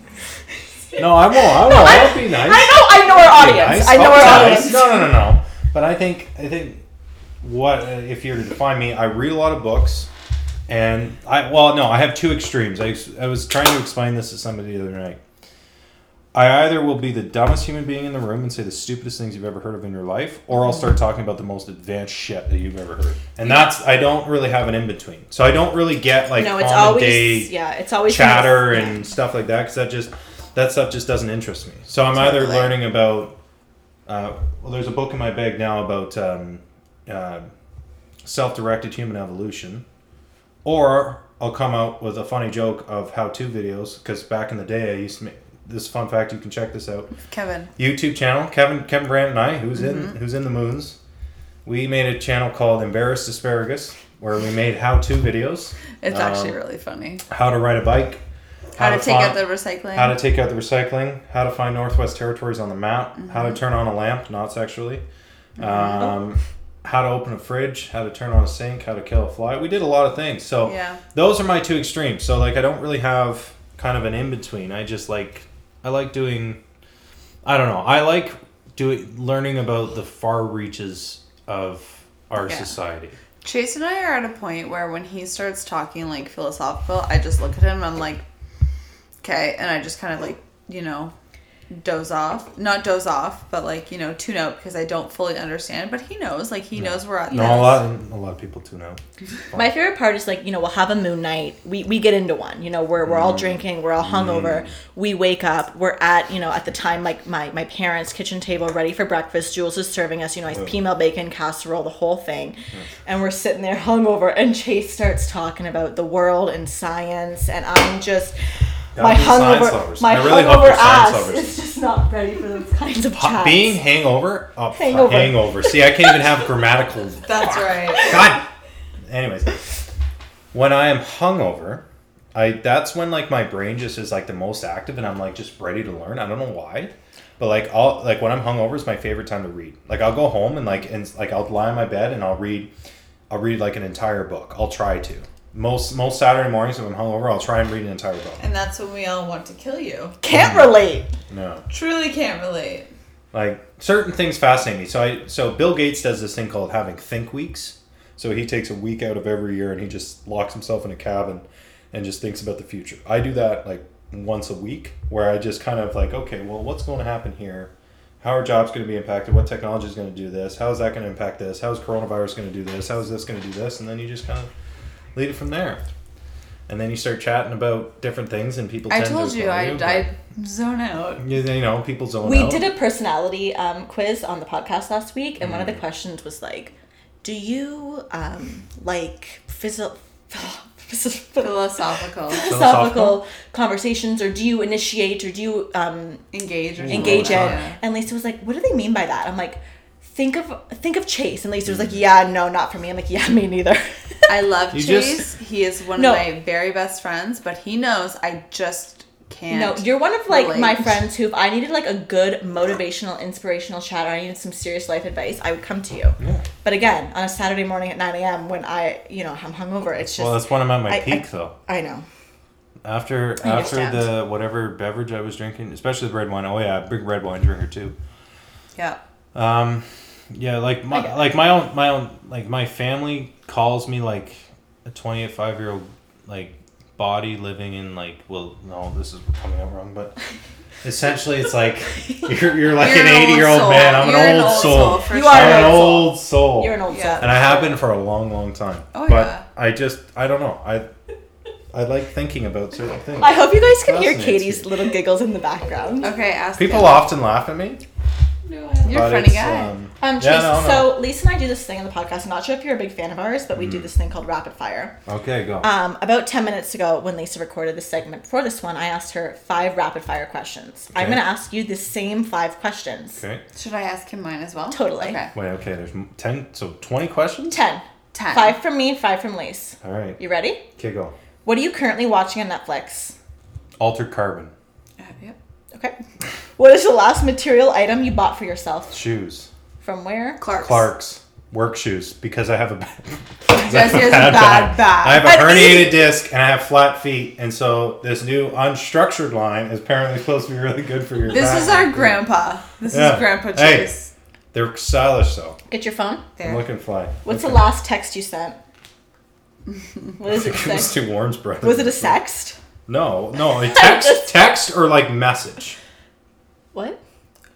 S4: No, I won't. I won't. I'll Oh, be nice.
S2: I know, I know our
S4: Yeah,
S2: audience. I know
S4: saw
S2: our
S4: that.
S2: audience.
S4: Oh, No, no, no, no. But I think I think what uh, if you were to define me? I read a lot of books, and I well, no, I have two extremes. I ex- I was trying to explain this to somebody the other night. I either will be the dumbest human being in the room and say the stupidest things you've ever heard of in your life, or I'll start talking about the most advanced shit that you've ever heard. And that's I don't really have an in between, so I don't really get like
S2: No, it's
S4: common
S2: always,
S4: day
S2: yeah, it's always
S4: chatter
S2: yeah.
S4: and stuff like that because that just that stuff just doesn't interest me. So I'm either
S1: Totally.
S4: learning about. Uh, well, there's a book in my bag now about um, uh, self-directed human evolution, or I'll come out with a funny joke of how-to videos. Because back in the day, I used to make this fun fact. You can check this out.
S1: Kevin.
S4: YouTube channel. Kevin Kevin Brandt and I, who's
S1: Mm-hmm.
S4: in who's in the moons, we made a channel called Embarrassed Asparagus, where we made how-to videos.
S1: It's
S4: Um,
S1: actually really funny.
S4: how to ride a bike,
S1: How, to, take
S4: fi-
S1: out the recycling.
S4: how to take out the recycling, how to find Northwest Territories on the map, how
S1: Mm-hmm.
S4: to turn on a lamp, not sexually,
S1: Oh.
S4: um, how to open a fridge, how to turn on a sink, how to kill a fly. We did a lot of things. So
S1: Yeah.
S4: those are my two extremes. So like I don't really have kind of an in between. I just like I like doing I don't know. I like doing learning about the far reaches of our
S1: Yeah.
S4: society.
S1: Chase and I are at a point where when he starts talking like philosophical, I just look at him. I'm like, okay, and I just kind of like you know doze off, not doze off, but like you know tune out because I don't fully understand. But he knows, like he knows we're at
S4: No,
S1: this.
S4: a lot a lot of people do know.
S2: My favorite part is like, you know, we'll have a moon night. We we get into one. You know, we're we're
S4: Mm.
S2: all drinking, we're all hungover. We wake up, we're at, you know, at the time like my my parents' kitchen table ready for breakfast. Jules is serving us, you know, nice female bacon casserole, the whole thing. And we're sitting there hungover and Chase starts talking about the world and science and I'm just
S4: Gotta
S2: my
S4: be science
S2: hungover,
S4: lovers.
S2: my
S4: I really hope
S2: hungover
S4: you're science
S2: ass
S4: lovers.
S2: is just not ready for those kinds of
S4: Pa-
S2: chats.
S4: being hangover, oh, fuck,
S2: Hangover.
S4: hangover. See, I can't even have grammatical.
S1: That's right.
S4: God. Anyways, when I am hungover, I that's when like my brain just is like the most active, and I'm like just ready to learn. I don't know why, but like I'll like when I'm hungover is my favorite time to read. Like I'll go home and like and like I'll lie in my bed and I'll read, I'll read like an entire book. I'll try to. Most most Saturday mornings if I'm hungover, I'll try and read an entire book.
S1: And that's when we all want to kill you.
S2: can't relate.
S4: No.
S1: Truly can't relate.
S4: like certain things fascinate me. So I so Bill Gates does this thing called having think weeks. So he takes a week out of every year and he just locks himself in a cabin and just thinks about the future. I do that like once a week where I just kind of like, okay, well, what's going to happen here? How are jobs going to be impacted? What technology is going to do this? How is that going to impact this? How is coronavirus going to do this? How is this going to do this? And then you just kind of lead it from there. And then you start chatting about different things and people
S1: I
S4: tend
S1: told
S4: to
S1: you,
S4: ignore
S1: I
S4: but-
S1: I zone out.
S4: You know, people zone
S2: We
S4: out.
S2: did a personality um, quiz on the podcast last week, and one of the questions was like, "Do you um, like physio-
S1: Philosophical.
S2: philosophical,
S4: Philosophical?
S2: conversations, or do you initiate, or do you um,
S1: Engage or
S2: engage in?"
S1: something like that.
S2: And Lisa was like, "What do they mean by that?" I'm like, "Think of think of Chase." And Lisa was like, "Yeah, no, not for me." I'm like, "Yeah, me neither."
S1: I love
S4: You
S1: Chase.
S4: just-
S1: he is one
S2: No.
S1: of my very best friends, but he knows I just can't.
S2: No, you're one of like my
S1: relate.
S2: friends who, if I needed like a good motivational, inspirational chat, or I needed some serious life advice, I would come to you.
S4: Yeah.
S2: But again, on a Saturday morning at 9 a.m. when I, you know, I'm hungover, it's just
S4: Well, that's when I'm at my
S2: I- I-
S4: peak, though.
S2: I know.
S4: After
S2: I
S4: after the
S2: understand.
S4: whatever beverage I was drinking, especially the red wine. Oh yeah, big red wine drinker too.
S1: Yeah.
S4: Um, yeah, like my
S2: Okay.
S4: like my own my own like my family calls me like a twenty five year old like body living in like well no this is coming out wrong but essentially it's like you're, you're like
S1: You're
S4: an eighty year old
S1: soul.
S4: man I'm an
S1: You're
S4: old, soul,
S1: for
S2: You
S1: sure.
S2: are
S4: I'm an
S2: an old
S4: old soul
S2: You're an old
S1: Yeah.
S2: soul.
S4: and I have been for a long long time
S1: Oh,
S4: but
S1: yeah.
S4: I just I don't know I I like thinking about certain things
S2: I hope you guys can hear
S4: Fascinates
S2: Katie's
S4: me.
S2: little giggles in the background.
S1: Okay, ask
S4: People
S1: him.
S4: often laugh at me.
S1: You're a
S4: but
S1: funny
S4: it's,
S1: guy.
S4: Um,
S2: Um, Chase,
S4: Yeah, no, no.
S2: so Lisa and I do this thing on the podcast. I'm not sure if you're a big fan of ours, but we
S4: Mm-hmm.
S2: do this thing called rapid fire.
S4: okay, go.
S1: Uh,
S2: Um, about 10 minutes ago, when Lisa recorded the segment before this one, I asked her five rapid fire questions. I'm
S4: Okay.
S2: going to ask you the same five questions.
S4: okay.
S1: Should I ask him mine as well?
S2: Totally.
S1: Okay.
S4: Wait, okay. There's m- 10, so 20 questions?
S2: 10.
S1: Ten.
S2: Five from me, five from Lise.
S4: All right.
S2: You ready?
S4: Okay, go.
S2: What are you currently watching on Netflix?
S4: Altered carbon.
S1: Uh, yep.
S2: Okay. What is the last material item you bought for yourself?
S4: Shoes.
S2: From where?
S1: Clark's.
S4: Clark's. Work shoes. Because I have a bad,
S1: Yes, he has a bad back.
S4: I have
S2: An
S4: a herniated disc and I have flat feet. And so this new unstructured line is apparently supposed to be really good for your
S1: This
S4: back.
S1: is our grandpa. This
S4: Yeah.
S1: is Grandpa
S4: Hey.
S1: Chase.
S4: They're stylish, though.
S2: Get your phone.
S1: There.
S4: I'm looking fly.
S2: What's
S4: okay.
S2: the last text you sent? What is it?
S4: It was
S2: Sext?
S4: to Warren's brother.
S2: Was it a sext?
S4: No, no. a Text,
S2: just-
S4: text or like message.
S2: What?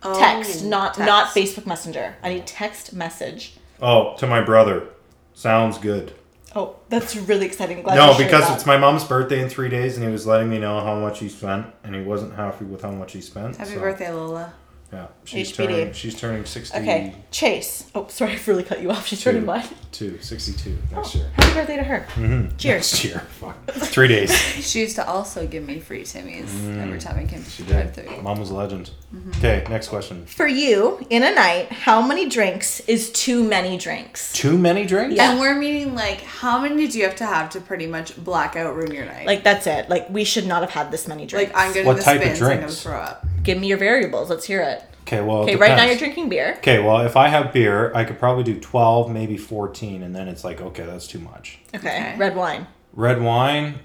S1: Oh,
S2: Text, not not
S1: text.
S2: Facebook Messenger. I need text message.
S4: Oh, to my brother. Sounds good.
S2: Oh, that's really exciting. Glad you
S4: no,
S2: shared
S4: because
S2: that.
S4: it's my mom's birthday in three days, and he was letting me know how much he spent, and he wasn't happy with how much he spent.
S1: Happy
S4: so,
S1: birthday, Lola.
S4: Yeah, she's
S2: HPD.
S4: turning. She's turning sixty.
S2: Okay, Chase. Oh, sorry, I've really cut you off. She's
S4: Two.
S2: turning one.
S4: Two, 62 next year.
S2: Happy birthday to her.
S4: Mm-hmm.
S2: Cheers.
S4: Next year. Fuck. Three days.
S1: She used to also give me free Timmy's every time I came
S4: Mm, She
S1: to drive
S4: did.
S1: through.
S4: Mom was a legend.
S2: Mm-hmm.
S4: Okay, next question.
S2: For you, in a night, how many drinks is too many drinks?
S4: Too many drinks?
S2: Yeah.
S1: And we're meaning like, how many do you have to have to pretty much blackout ruin your night?
S2: Like that's it. Like we should not have had this many drinks.
S1: like I'm getting
S4: What
S1: the
S4: type of
S1: spins. I'm gonna
S4: drinks?
S1: throw up.
S2: Give me your variables. Let's hear it.
S4: Okay, well,
S2: Okay, right now you're drinking
S4: drinking.
S2: beer.
S4: Okay, well, if I have beer, I could probably do 12, maybe 14, and then it's like, okay, that's too much.
S2: Okay.
S1: Okay.
S2: Red wine.
S4: Red wine,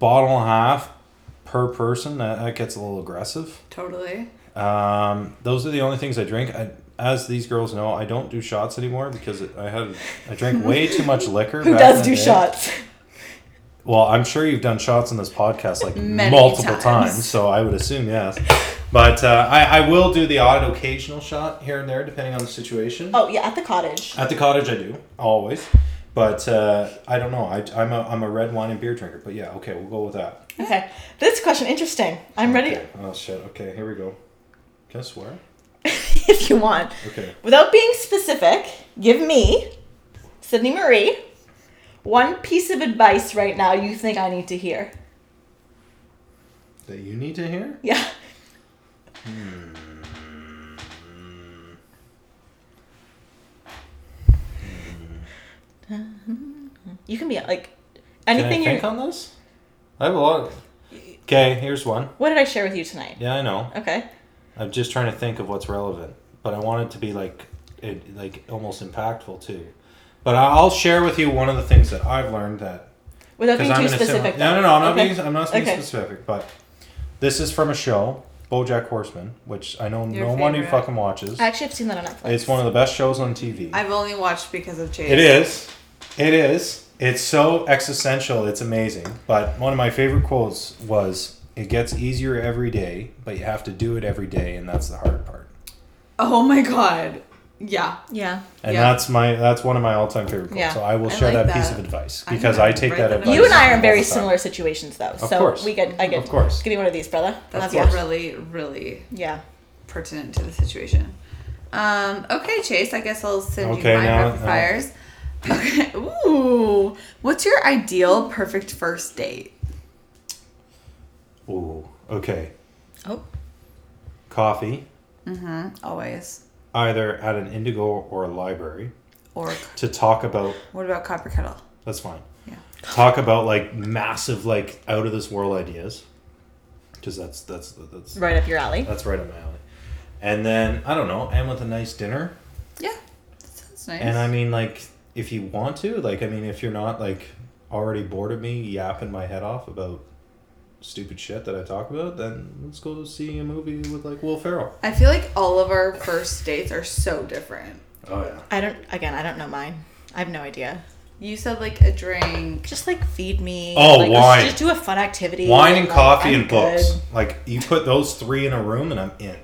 S4: bottle and a half per person, that, that gets a little aggressive.
S1: Totally.
S4: Um, those are the only things I drink. I, as these girls know, I don't do shots anymore because it, I had I drank way too much liquor.
S2: Who
S4: back in
S2: does
S4: the
S2: do
S4: day.
S2: shots?
S4: Well, I'm sure you've done shots on this podcast like
S1: Many
S4: multiple
S1: times.
S4: times. so I would assume yes. But uh, I, I will do the odd occasional shot here and there, depending on the situation.
S2: Oh yeah, at the cottage.
S4: At the cottage, I do always, but uh, I don't know. I, I'm a I'm a red wine and beer drinker, but yeah, okay, we'll go with that.
S2: Okay. This question interesting. I'm ready
S4: Okay. Oh shit. Okay, here we go. Can I swear?
S2: if you want.
S4: Okay.
S2: Without being specific, give me Sydney Marie one piece of advice right now you think I need to hear.
S4: That you need to hear?
S2: Yeah. You can be like
S4: Can I
S2: anything
S4: think
S2: you're.
S4: on this? I have a lot. Okay, here's one.
S2: What did I share with you tonight?
S4: Yeah, I know.
S2: Okay.
S4: I'm just trying to think of what's relevant, but I want it to be like, it, like almost impactful too. But I- I'll share with you one of the things that I've learned that
S2: Without
S4: because
S2: being
S4: I'm
S2: too
S4: gonna say-
S2: specific.
S4: no,
S2: though.
S4: no, no. I'm not
S2: Okay.
S4: being. I'm not being
S2: Okay.
S4: specific. But this is from a show, BoJack Horseman, which I know
S1: Your
S4: no one who
S1: favorite.
S4: fucking watches.
S2: I actually have seen that on Netflix.
S4: It's one of the best shows on TV.
S1: I've only watched because of Chase.
S4: It is. It is. It's so existential. It's amazing. But one of my favorite quotes was, "It gets easier every day, but you have to do it every day, and that's the hard part."
S1: Oh my god. Yeah.
S2: Yeah.
S4: And
S1: Yeah.
S4: that's my that's one of my all time favorite quotes.
S2: Yeah.
S4: So I will
S1: I
S4: share
S1: like
S4: that, piece
S1: that.
S4: of advice
S1: I'm
S4: because
S1: gonna
S4: I take
S1: write
S4: that
S1: that
S4: advice.
S1: down.
S2: You and I are in
S4: all
S2: very
S4: the time.
S2: similar situations, though. so
S4: course.
S2: we get, I get,
S4: Of course.
S2: give me one of these, brother.
S1: That's
S2: Love ya.
S1: really, really
S2: Yeah.
S1: pertinent to the situation. Um, okay, Chase, I guess I'll send
S4: Okay,
S1: you my
S4: now- uh,
S1: rapid
S4: now-
S1: fires. Okay. Ooh. What's your ideal perfect first date?
S4: Ooh. Okay.
S2: Oh.
S4: Coffee.
S1: Always.
S4: either at an indigo or a library
S1: Or
S4: to talk about
S1: what about copper kettle?
S4: that's fine
S1: Yeah.
S4: talk about like massive like out of this world ideas because that's that's that's
S2: Right up your alley.
S4: that's right up my alley and then i don't know and with a nice dinner
S1: Yeah. That sounds nice.
S4: and i mean like if you want to like i mean if you're not like already bored of me yapping my head off about stupid shit that i talk about then let's go see a movie with like will ferrell
S1: I feel like all of our first dates are so different.
S4: oh yeah
S2: I don't. Again, I don't know mine. I have no idea.
S1: You said like a drink.
S2: Just like feed me.
S4: Oh,
S2: like, let's
S4: wine.
S2: Just do a fun activity.
S4: wine and
S2: Like,
S4: coffee
S2: I'm
S4: and books
S2: good.
S4: like you put those three in a room and i'm in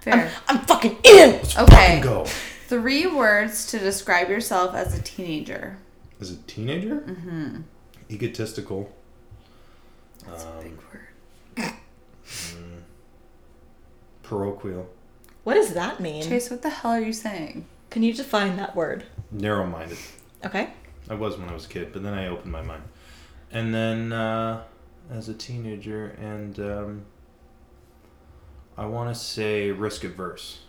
S1: Fair.
S2: I'm fucking in.
S4: Let's
S1: Okay.
S4: fucking go.
S1: Three words to describe yourself as a teenager.
S4: Is it teenager? Mm-hmm. Egotistical. Um,
S1: Big word.
S4: mm, Parochial.
S2: What does that mean?
S1: Chase, what the hell are you saying?
S2: Can you define that word?
S4: Narrow minded.
S2: Okay.
S4: I was when I was a kid, but then I opened my mind. And then uh, as a teenager, and um, I want to say risk adverse.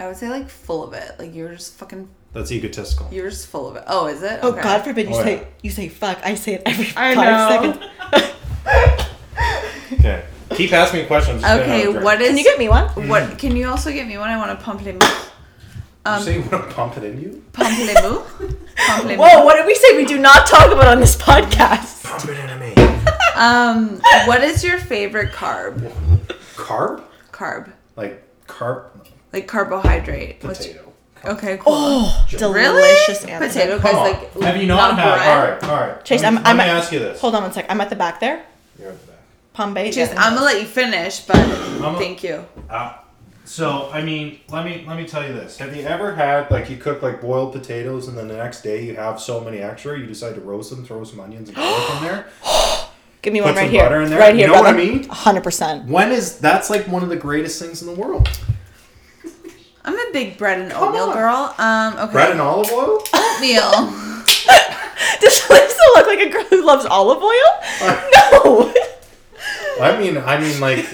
S1: I would say like full of it. Like you're just fucking
S4: That's egotistical.
S1: you're just full of it. Oh, is it?
S2: Oh God forbid you
S4: Oh,
S2: say
S4: yeah.
S2: you say fuck. I say it every
S1: I
S2: five
S1: know.
S2: seconds.
S4: Okay. Keep asking me questions. I'm just gonna
S1: Okay,
S4: have a drink.
S1: what is
S2: Can you get me one?
S1: what can you also get me one? I want a pamplemousse. Um,
S4: You say you want to pump it in you?
S1: Pamplemousse? Pamplemousse.
S2: Whoa! What did we say? We do not talk about on this podcast.
S4: Pump it into me.
S1: Um what is your favorite carb?
S4: Carb?
S1: Carb.
S4: Like carb
S1: Like carbohydrate. What's-
S4: potato.
S1: Okay, cool.
S2: Oh,
S1: really?
S2: delicious answer.
S1: Potato guys
S4: Come on.
S1: like
S4: have you not, had?
S1: bread.
S4: All right, all right.
S2: Chase,
S4: let me,
S2: I'm- I'm
S4: let me
S2: at-
S4: ask you this.
S2: Hold on one sec. I'm at the back there.
S4: You're at the back.
S2: Pompeii.
S1: Chase,
S2: yeah.
S1: I'm gonna let you finish, but thank you.
S4: Ah, So I mean, let me let me tell you this. Have you ever had like you cook like boiled potatoes and then the next day you have so many extra you decide to roast them, throw some onions and garlic in there?
S2: Give me
S4: Put
S2: one
S4: some
S2: right here.
S4: butter in there.
S2: Right
S4: You
S2: here,
S4: know what I
S2: brother.
S4: mean?
S2: 100%.
S4: When is that's like one of the greatest things in the world?
S1: I'm a big bread and oatmeal
S4: on.
S1: girl. Um, okay.
S4: Bread and olive oil?
S1: oatmeal.
S2: Does Lisa look like a girl who loves olive oil?
S4: Uh.
S2: No.
S4: I mean, I mean like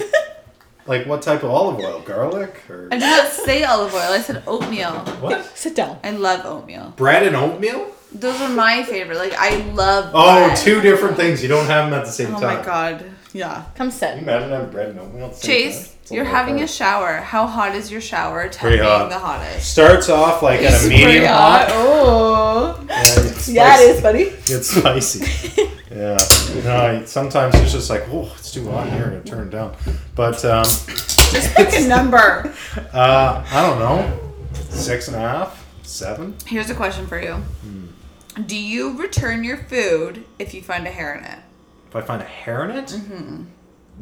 S4: like what type of olive oil? Garlic or
S1: I did not say olive oil. I said oatmeal.
S4: what?
S2: Sit down.
S1: I love oatmeal.
S4: Bread and oatmeal?
S1: Those are my favorite. Like I love.
S4: Oh,
S1: bread.
S4: two different things. You don't have them at the same
S1: Oh
S4: time.
S1: my god. Yeah.
S2: Come
S4: Can
S2: sit.
S4: you imagine having bread and oatmeal at the same
S1: Chase,
S4: time? It's
S1: you're
S4: little
S1: having a
S4: hard.
S1: shower. How hot is your shower? Tell
S4: Pretty
S1: me
S4: hot.
S1: the hottest.
S4: Starts off like at a
S1: Pretty
S4: medium
S1: hot.
S4: hot.
S2: Oh.
S4: and it's
S2: Yeah, it
S4: spicy.
S2: is, buddy.
S4: It's spicy. yeah. No, I- sometimes it's just like, oh, it's too hot here. I'm gonna turn it down. But um,
S1: Just pick a number.
S4: uh, I don't know, six and a half, seven.
S1: Here's a question for you.
S4: Hmm.
S1: Do you return your food if you find a hair in it?
S4: If I find a hair in it,
S2: Mm-hmm.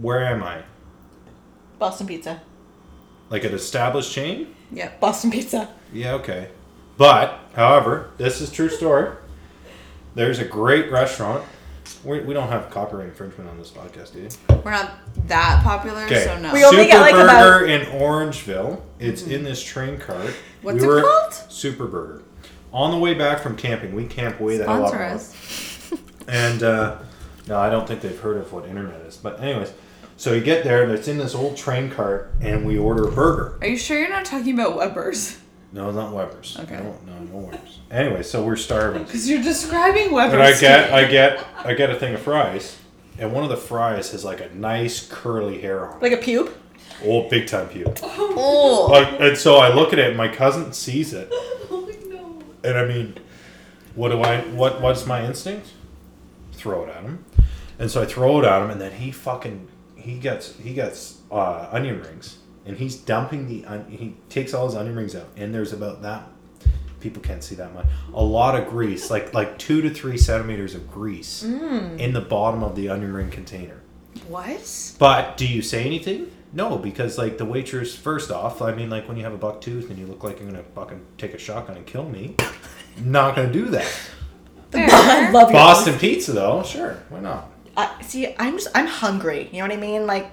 S4: where am I?
S2: Boston pizza.
S4: Like an established chain?
S1: Yep.
S2: Boston pizza.
S4: Yeah, okay. But, however, this is true story. There's a great restaurant. We, we don't have copyright infringement on this podcast, do you?
S1: We're not that popular,
S4: Okay.
S1: so no.
S2: We only
S4: Super
S2: get, like,
S4: Burger
S2: about-
S4: in Orangeville. It's in this train cart.
S1: What's it called?
S4: Super Burger. On the way back from camping, we camp way the hell out.
S1: Sponsor
S4: north.
S1: us.
S4: And uh, no, I don't think they've heard of what internet is. But anyways, so you get there and it's in this old train cart, and we order a burger.
S1: Are you sure you're not talking about Weber's?
S4: No, not Weber's.
S1: Okay.
S4: No, no, no Weber's. Anyway, so we're starving.
S1: Because you're describing Weber's.
S4: And I get,
S1: to
S4: I
S1: me.
S4: get, I get a thing of fries, and one of the fries has like a nice curly hair on it.
S2: Like a pube?
S4: Old big time puke.
S1: Oh.
S4: Like, and so I look at it. My cousin sees it,
S1: Oh, no.
S4: and I mean, what do I? What? What's my instinct? Throw it at him, and so I throw it at him, and then he fucking he gets he gets uh, onion rings, and he's dumping the on, he takes all his onion rings out, and there's about that people can't see that much a lot of grease like like two to three centimeters of grease
S1: Mm.
S4: in the bottom of the onion ring container.
S1: What?
S4: But do you say anything? No, because like the waitress, first off, I mean, like when you have a buck tooth and you look like you're gonna fucking take a shotgun and kill me, not gonna do that.
S2: I love your
S4: Boston pizza though, sure, why not?
S2: I, see, I'm just, I'm hungry. You know what I mean? Like,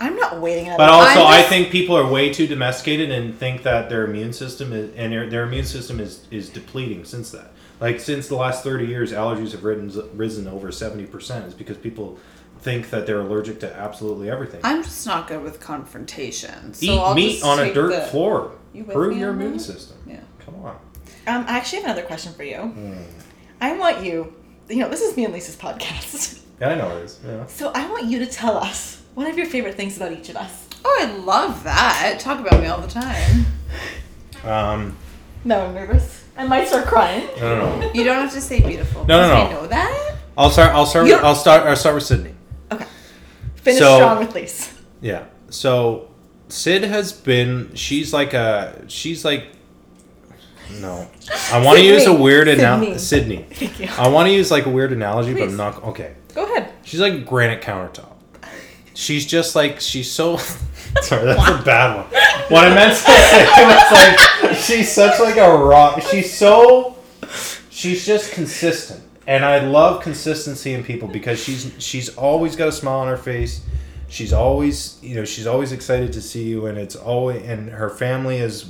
S2: I'm not waiting.
S4: But also,
S1: I'm
S4: I
S1: just-
S4: think people are way too domesticated and think that their immune system is and their, their immune system is is depleting since that. Like since the last thirty years, allergies have risen risen over seventy percent. Is because people think that they're allergic to absolutely everything.
S1: I'm just not good with confrontation. So
S4: Eat
S1: I'll
S4: meat
S1: just
S4: on a
S1: take
S4: dirt
S1: the-
S4: floor.
S1: You with
S4: Prove
S1: me
S4: your
S1: on
S4: immune
S1: that?
S4: system.
S1: Yeah.
S4: Come on.
S2: Um, I actually have another question for you. I want you, you know, this is me and Lisa's podcast.
S4: Yeah, I know it is. Yeah.
S2: So I want you to tell us one of your favorite things about each of us.
S1: Oh, I love that. Talk about me all the time.
S4: Um,
S2: No, I'm nervous. I might start crying.
S4: I don't know.
S1: You don't have to say beautiful.
S4: No, no,
S1: because
S4: no.
S1: I know that.
S4: I'll start. I'll start. With,
S1: You're-
S4: I'll start. I'll start with Sydney.
S2: Okay. Finish
S4: So-
S2: strong with Lisa.
S4: Yeah. So Sid has been. She's like a. She's like. No, I want to
S2: Sydney.
S4: use a weird analogy. Sydney.
S2: Thank you.
S4: I want to use like a weird analogy, but
S2: Please.
S4: I'm not okay.
S2: Go ahead.
S4: She's like a granite countertop. She's just like she's so. Sorry, that's a bad one. What I meant to say was like she's such like a rock. She's so. She's just consistent, and I love consistency in people because she's she's always got a smile on her face. She's always you know she's always excited to see you, and it's always and her family is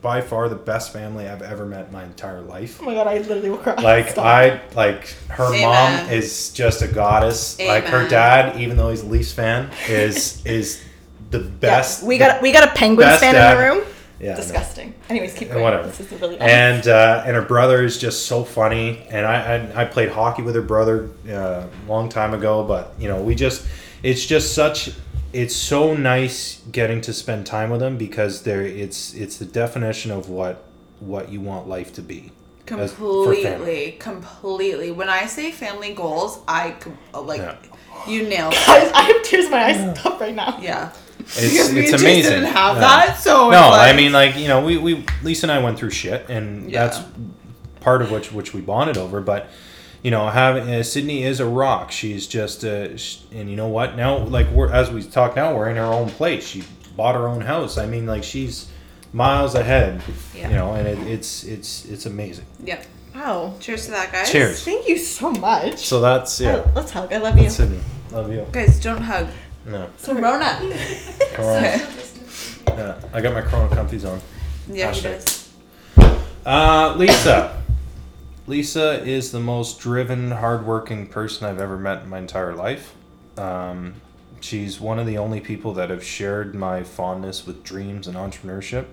S4: by far the best family I've ever met in my entire life.
S2: Oh my god, I literally will cry.
S4: Like
S2: Stop.
S4: I like her mom
S1: Amen.
S4: is just a goddess. Like her
S1: Amen.
S4: dad, even though he's a Leafs fan, is is the
S2: Yeah,
S4: best.
S2: we got we got a Penguins
S4: best
S2: fan in
S4: dad.
S2: the room.
S4: yeah, I know.
S2: Disgusting. Anyways, keep
S4: And
S2: going.
S4: whatever.
S2: This is really
S4: And uh, and her brother is just so funny. And I and I played hockey with her brother uh, a long time ago, but you know we just it's just such it's so nice getting to spend time with them because they're it's it's the definition of what what you want life to be. as- for family.
S1: Completely, completely. When I say family goals, I com- like
S4: Yeah.
S1: you nailed. It.
S2: I, I have tears in my eyes. Stop right now.
S1: Yeah,
S4: It's,
S1: Me and
S4: it's
S1: Jason
S4: amazing.
S1: Didn't have
S4: Yeah.
S1: that, so
S4: No,
S1: it's like-
S4: I mean like you know we, we Lisa and I went through shit, and
S1: Yeah.
S4: that's part of which which we bonded over. But you know, having uh, Sydney is a rock. She's just uh, sh- and you know what now? Like we're as we talk now, we're in her own place. She bought her own house. I mean, like she's miles ahead.
S1: Yeah.
S4: You know, and it, it's it's it's amazing.
S1: Yep.
S2: Wow.
S1: Cheers to that, guys.
S4: Cheers.
S2: Thank you so much.
S4: So that's yeah.
S2: Oh, let's hug. I love you.
S4: That's Sydney. Love you.
S1: Guys, don't hug.
S4: No.
S1: Corona.
S4: Corona. Yeah. I got my Corona comfies on.
S1: Yeah, he
S4: Hashtag.
S1: does.
S4: Uh, Lisa. Lisa is the most driven, hardworking person I've ever met in my entire life. Um, she's one of the only people that have shared my fondness with dreams and entrepreneurship.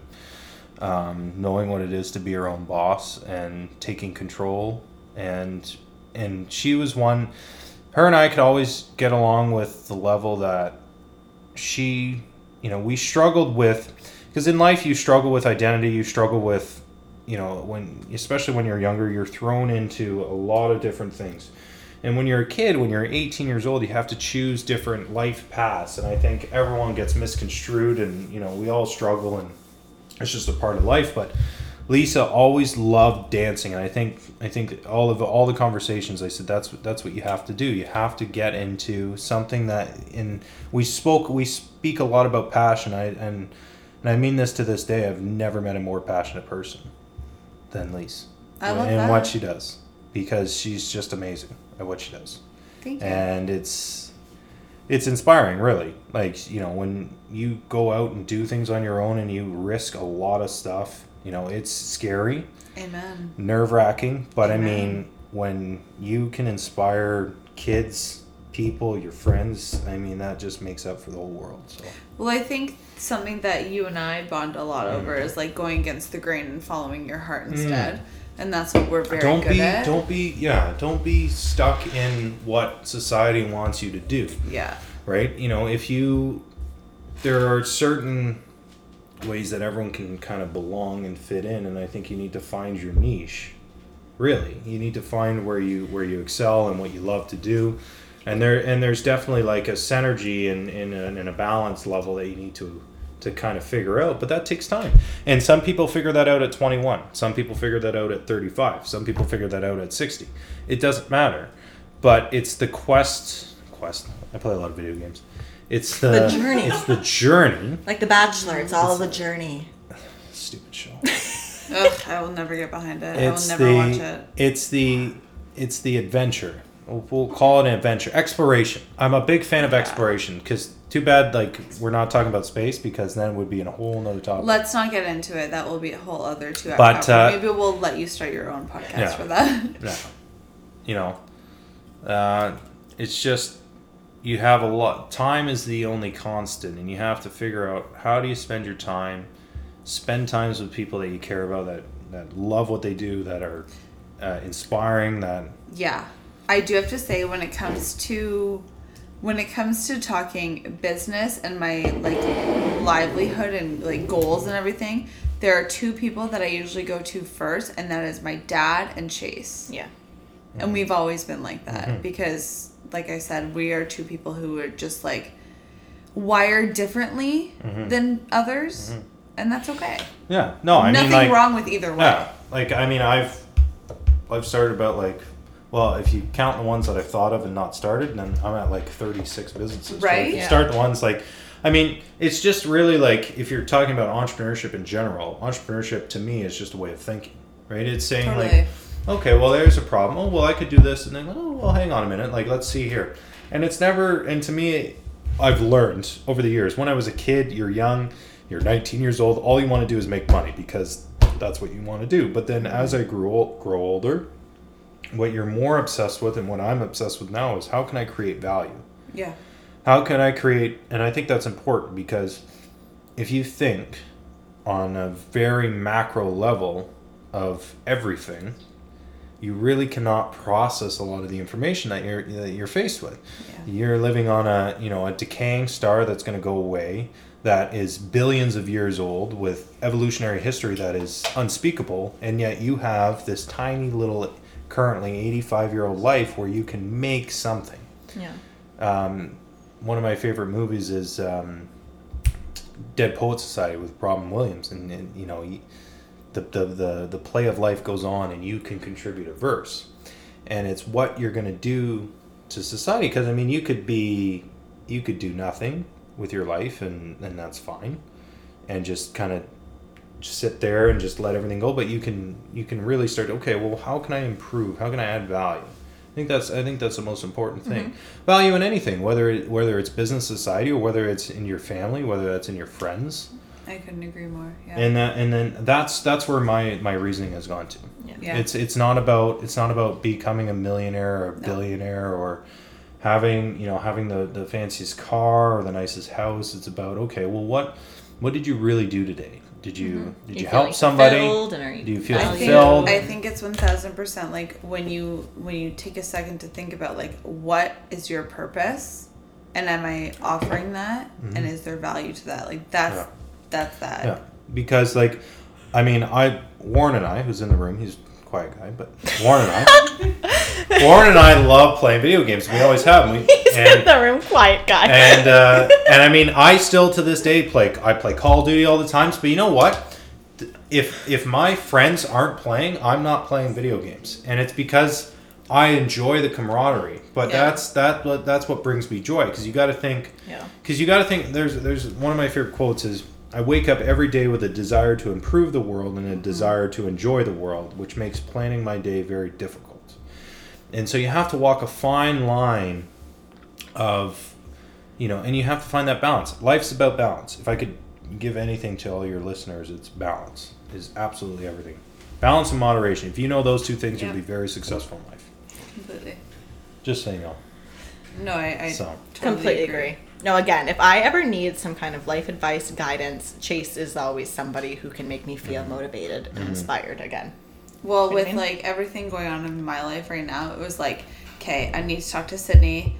S4: Um, knowing what it is to be your own boss and taking control, and and she was one. Her and I could always get along with the level that she, you know, we struggled with because in life you struggle with identity, you struggle with you know when especially when you're younger you're thrown into a lot of different things and when you're a kid when you're 18 years old you have to choose different life paths and i think everyone gets misconstrued and you know we all struggle and it's just a part of life but lisa always loved dancing and i think i think all of all the conversations i said that's what that's what you have to do you have to get into something that in we spoke we speak a lot about passion i and and i mean this to this day i've never met a more passionate person than lise
S1: I love
S4: and
S1: that.
S4: what she does because she's just amazing at what she does
S1: Thank you.
S4: and it's it's inspiring really like you know when you go out and do things on your own and you risk a lot of stuff you know it's scary
S1: Amen.
S4: nerve wracking but i mean when you can inspire kids people your friends i mean that just makes up for the whole world so
S1: Well, I think something that you and I bond a lot
S4: Mm.
S1: over is like going against the grain and following your heart instead. And that's what we're very
S4: don't
S1: good
S4: be
S1: at.
S4: don't be yeah don't be stuck in what society wants you to do
S1: Yeah.
S4: right? You know, if you, there are certain ways that everyone can kind of belong and fit in, and I think you need to find your niche. Really, you need to find where you where you excel and what you love to do, and there and there's definitely like a synergy and in a, and a balance level that you need to to kind of figure out, but that takes time. And some people figure that out at 21. Some people figure that out at 35. Some people figure that out at 60. It doesn't matter but it's the quest quest i play a lot of video games it's the,
S2: The journey.
S4: it's the journey
S2: Like The Bachelor, it's all the journey.
S4: stupid show
S1: Ugh, I will never get behind it.
S4: it's
S1: I will never
S4: the
S1: watch it.
S4: it's the it's the adventure we'll, we'll call it an adventure exploration i'm a big fan of exploration because too bad like we're not talking about space because then it would be in a whole nother topic
S1: Let's not get into it. That will be a whole other two hour.
S4: But,
S1: hour.
S4: uh,
S1: Maybe we'll let you start your own podcast
S4: Yeah.
S1: for that.
S4: no. you know uh, it's just you have a lot time is the only constant and you have to figure out how do you spend your time spend times with people that you care about that that love what they do that are uh, inspiring that
S1: yeah i do have to say when it comes to when it comes to talking business and my like livelihood and like goals and everything there are two people that i usually go to first and that is my dad and chase
S2: Yeah.
S1: and we've always been like that
S4: Mm-hmm.
S1: because like i said we are two people who are just like wired differently than others and that's okay
S4: yeah Mm-hmm. no i
S1: nothing
S4: mean like
S1: wrong with either way
S4: yeah like i mean i've i've started about like well if you count the ones that i've thought of and not started then i'm at like 36 businesses So
S1: Right?
S4: if you
S1: Yeah.
S4: start the ones like i mean it's just really like if you're talking about entrepreneurship in general entrepreneurship to me is just a way of thinking right it's saying
S1: Totally.
S4: like okay well there's a problem oh well i could do this and then oh well hang on a minute like let's see here and it's never and to me i've learned over the years when i was a kid you're young you're 19 years old all you want to do is make money because that's what you want to do but then as i grew ol- grow older what you're more obsessed with and what i'm obsessed with now is how can i create value
S1: yeah
S4: how can I create? And I think that's important because if you think on a very macro level of everything, you really cannot process a lot of the information that you're that you're faced with.
S1: Yeah.
S4: You're living on a you know a decaying star that's going to go away, that is billions of years old with evolutionary history that is unspeakable, and yet you have this tiny little, currently 85 year old life where you can make something
S2: Yeah.
S4: um, one of my favorite movies is um, Dead Poet Society with Robin Williams, and, and you know, he- the, the the the play of life goes on, and you can contribute a verse, and it's what you're gonna do to society. Because I mean, you could be, you could do nothing, with your life, and and that's fine. And just kind of just sit there and just let everything go. But you can you can really start. Okay, well, how can I improve? How can I add value? I think that's I think that's the most important thing. Value in anything, whether it, whether it's business, society, or whether it's in your family, whether that's in your friends,
S1: I couldn't agree more. Yeah.
S4: and that and then that's that's where my my reasoning has gone to.
S2: Yeah.
S1: yeah.
S4: It's it's not about it's not about becoming a millionaire or a billionaire or having you know having the the fanciest car or the nicest house. It's about okay, well, what what did you really do today? Did you did you,
S2: Mm-hmm. feel,
S4: help
S2: like,
S4: somebody?
S2: fulfilled and are you
S4: Do you feel
S1: I
S2: valued?
S1: think
S4: fulfilled?
S1: I think it's one thousand percent like when you when you take a second to think about like what is your purpose, and am I offering that, and is there value to that? Like that's
S4: Mm-hmm. Yeah.
S1: that's that.
S4: Yeah, because like, I mean, I Warren and I, who's in the room, he's a quiet guy, but Warren and I, Warren and I love playing video games. We always have. And we,
S2: He's in
S4: and
S2: the room, quiet guy.
S4: and uh, and I mean, I still to this day play. I play Call of Duty all the times, but you know what? If if my friends aren't playing, I'm not playing video games, and it's because I enjoy the camaraderie. But
S1: Yeah.
S4: that's that that's what brings me joy because you got to think.
S2: yeah.
S4: Because you got to think there's there's one of my favorite quotes is I wake up every day with a desire to improve the world and a desire to enjoy the world, which makes planning my day very difficult. And so you have to walk a fine line of you know, and you have to find that balance. Life's about balance. If I could give anything to all your listeners, it's balance is absolutely everything. Balance and moderation. If you know those two things,
S1: Yeah.
S4: you'll be very successful in life.
S1: Completely.
S4: Just so you know.
S1: No, I, I
S4: So.
S1: totally
S2: Completely agree. No, again, if I ever need some kind of life advice, guidance, Chase is always somebody who can make me feel
S4: Mm-hmm.
S2: motivated and inspired again.
S1: Well,
S2: what I
S1: with
S2: mean?
S1: like everything going on in my life right now, it was like, okay, I need to talk to Sydney,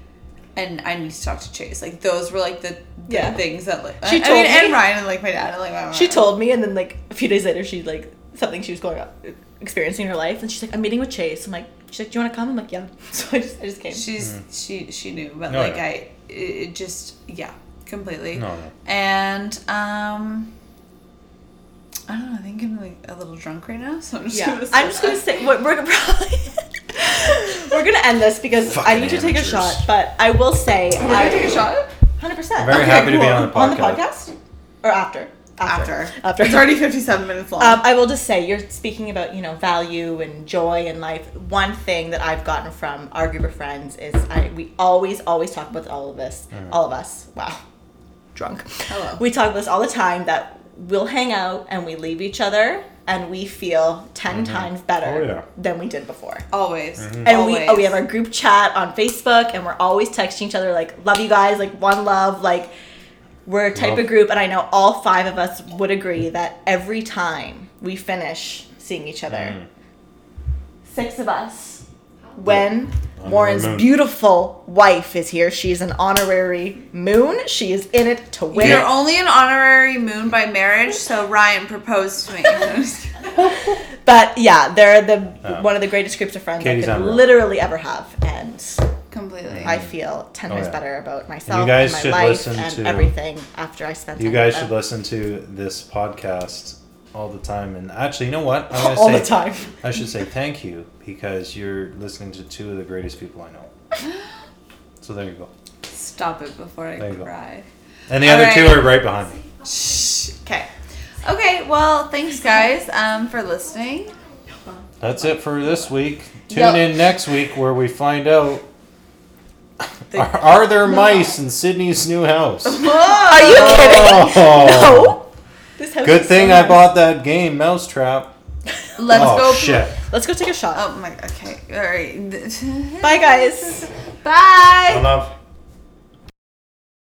S1: and I need to talk to Chase. Like those were like the, the
S2: Yeah.
S1: things that like
S2: She
S1: I- I
S2: told
S1: mean, and
S2: me.
S1: Ryan and like my dad and like my mom.
S2: She told me, and then like a few days later, she like something she was going up, experiencing in her life, and she's like, "I'm meeting with Chase." I'm like, "She's like, do you want to come?" I'm like, "Yeah." So I just, I just came.
S1: she's she she knew, but
S4: No,
S1: like
S4: Hmm. Oh, yeah.
S1: I it, it just yeah completely.
S4: No, no.
S1: And um, I don't know. I think I'm like a little drunk right now, so I'm just
S2: Yeah,
S1: gonna.
S2: I'm just gonna say we're, we're gonna probably we're gonna end this because I
S4: Fucking
S2: need to take a
S4: amateurs.
S2: shot. But I will say,
S1: We're gonna take a shot
S2: Hundred percent.
S4: I'm very happy to be on the
S2: On the
S4: podcast.
S2: podcast or after?
S1: after.
S2: After.
S1: It's already 57 minutes long.
S2: Um, I will just say, you're speaking about you know value and joy in life. One thing that I've gotten from our group of friends is I, we always always talk about all of this,
S4: Mm.
S2: all of us. Wow, drunk.
S1: Hello.
S2: We talk about this all the time that we'll hang out and we leave each other and we feel 10 times better
S4: Oh, yeah.
S2: than we did before.
S1: always.
S4: Mm-hmm.
S2: And we
S1: Always.
S2: oh, we have our group chat on Facebook, and we're always texting each other like "love you guys," like "one love," like we're a type
S4: Love.
S2: of group. And I know all five of us would agree that every time we finish seeing each other,
S4: Mm.
S2: six of us, when
S4: the
S2: Warren's
S4: moon.
S2: beautiful wife is here, she's an honorary moon. She is in it to win.
S1: You're only an honorary moon by marriage, so Ryan proposed to me. I'm just kidding.
S2: But yeah, they're the
S4: Yeah.
S2: one of the greatest groups of friends
S4: Katie's
S2: I
S4: not
S2: could
S4: wrong.
S2: literally ever have, and.
S1: Completely.
S2: I feel ten
S4: Oh,
S2: times
S4: yeah.
S2: better about myself,
S4: You
S2: and
S4: guys
S2: my
S4: should
S2: life,
S4: listen
S2: and
S4: to-
S2: everything after I spent.
S4: You
S2: time
S4: guys
S2: with
S4: should
S2: them.
S4: listen to this podcast all the time. And actually, you know what? I'm gonna
S2: all
S4: say,
S2: the time.
S4: I should say thank you because you're listening to two of the greatest people I know. So there you go.
S1: Stop it before I
S4: There you go.
S1: cry.
S4: And the
S1: All
S4: other two
S1: right.
S4: are right behind me.
S1: Shh. Okay. Okay, well, thanks guys um, for listening.
S4: That's it for this week. Tune
S1: Yep.
S4: in next week where we find out
S1: The-
S4: are, are there mice in Sydney's new house?
S2: Are you kidding?
S4: Oh.
S2: No. This house
S4: Good
S2: is
S4: thing
S2: so
S4: I
S2: nice.
S4: bought that game, Mousetrap.
S1: Let's
S4: oh,
S1: go.
S4: shit.
S2: Let's go take a shot.
S1: Oh my. Okay. All right.
S2: Bye, guys.
S1: Bye.
S4: Oh, I love.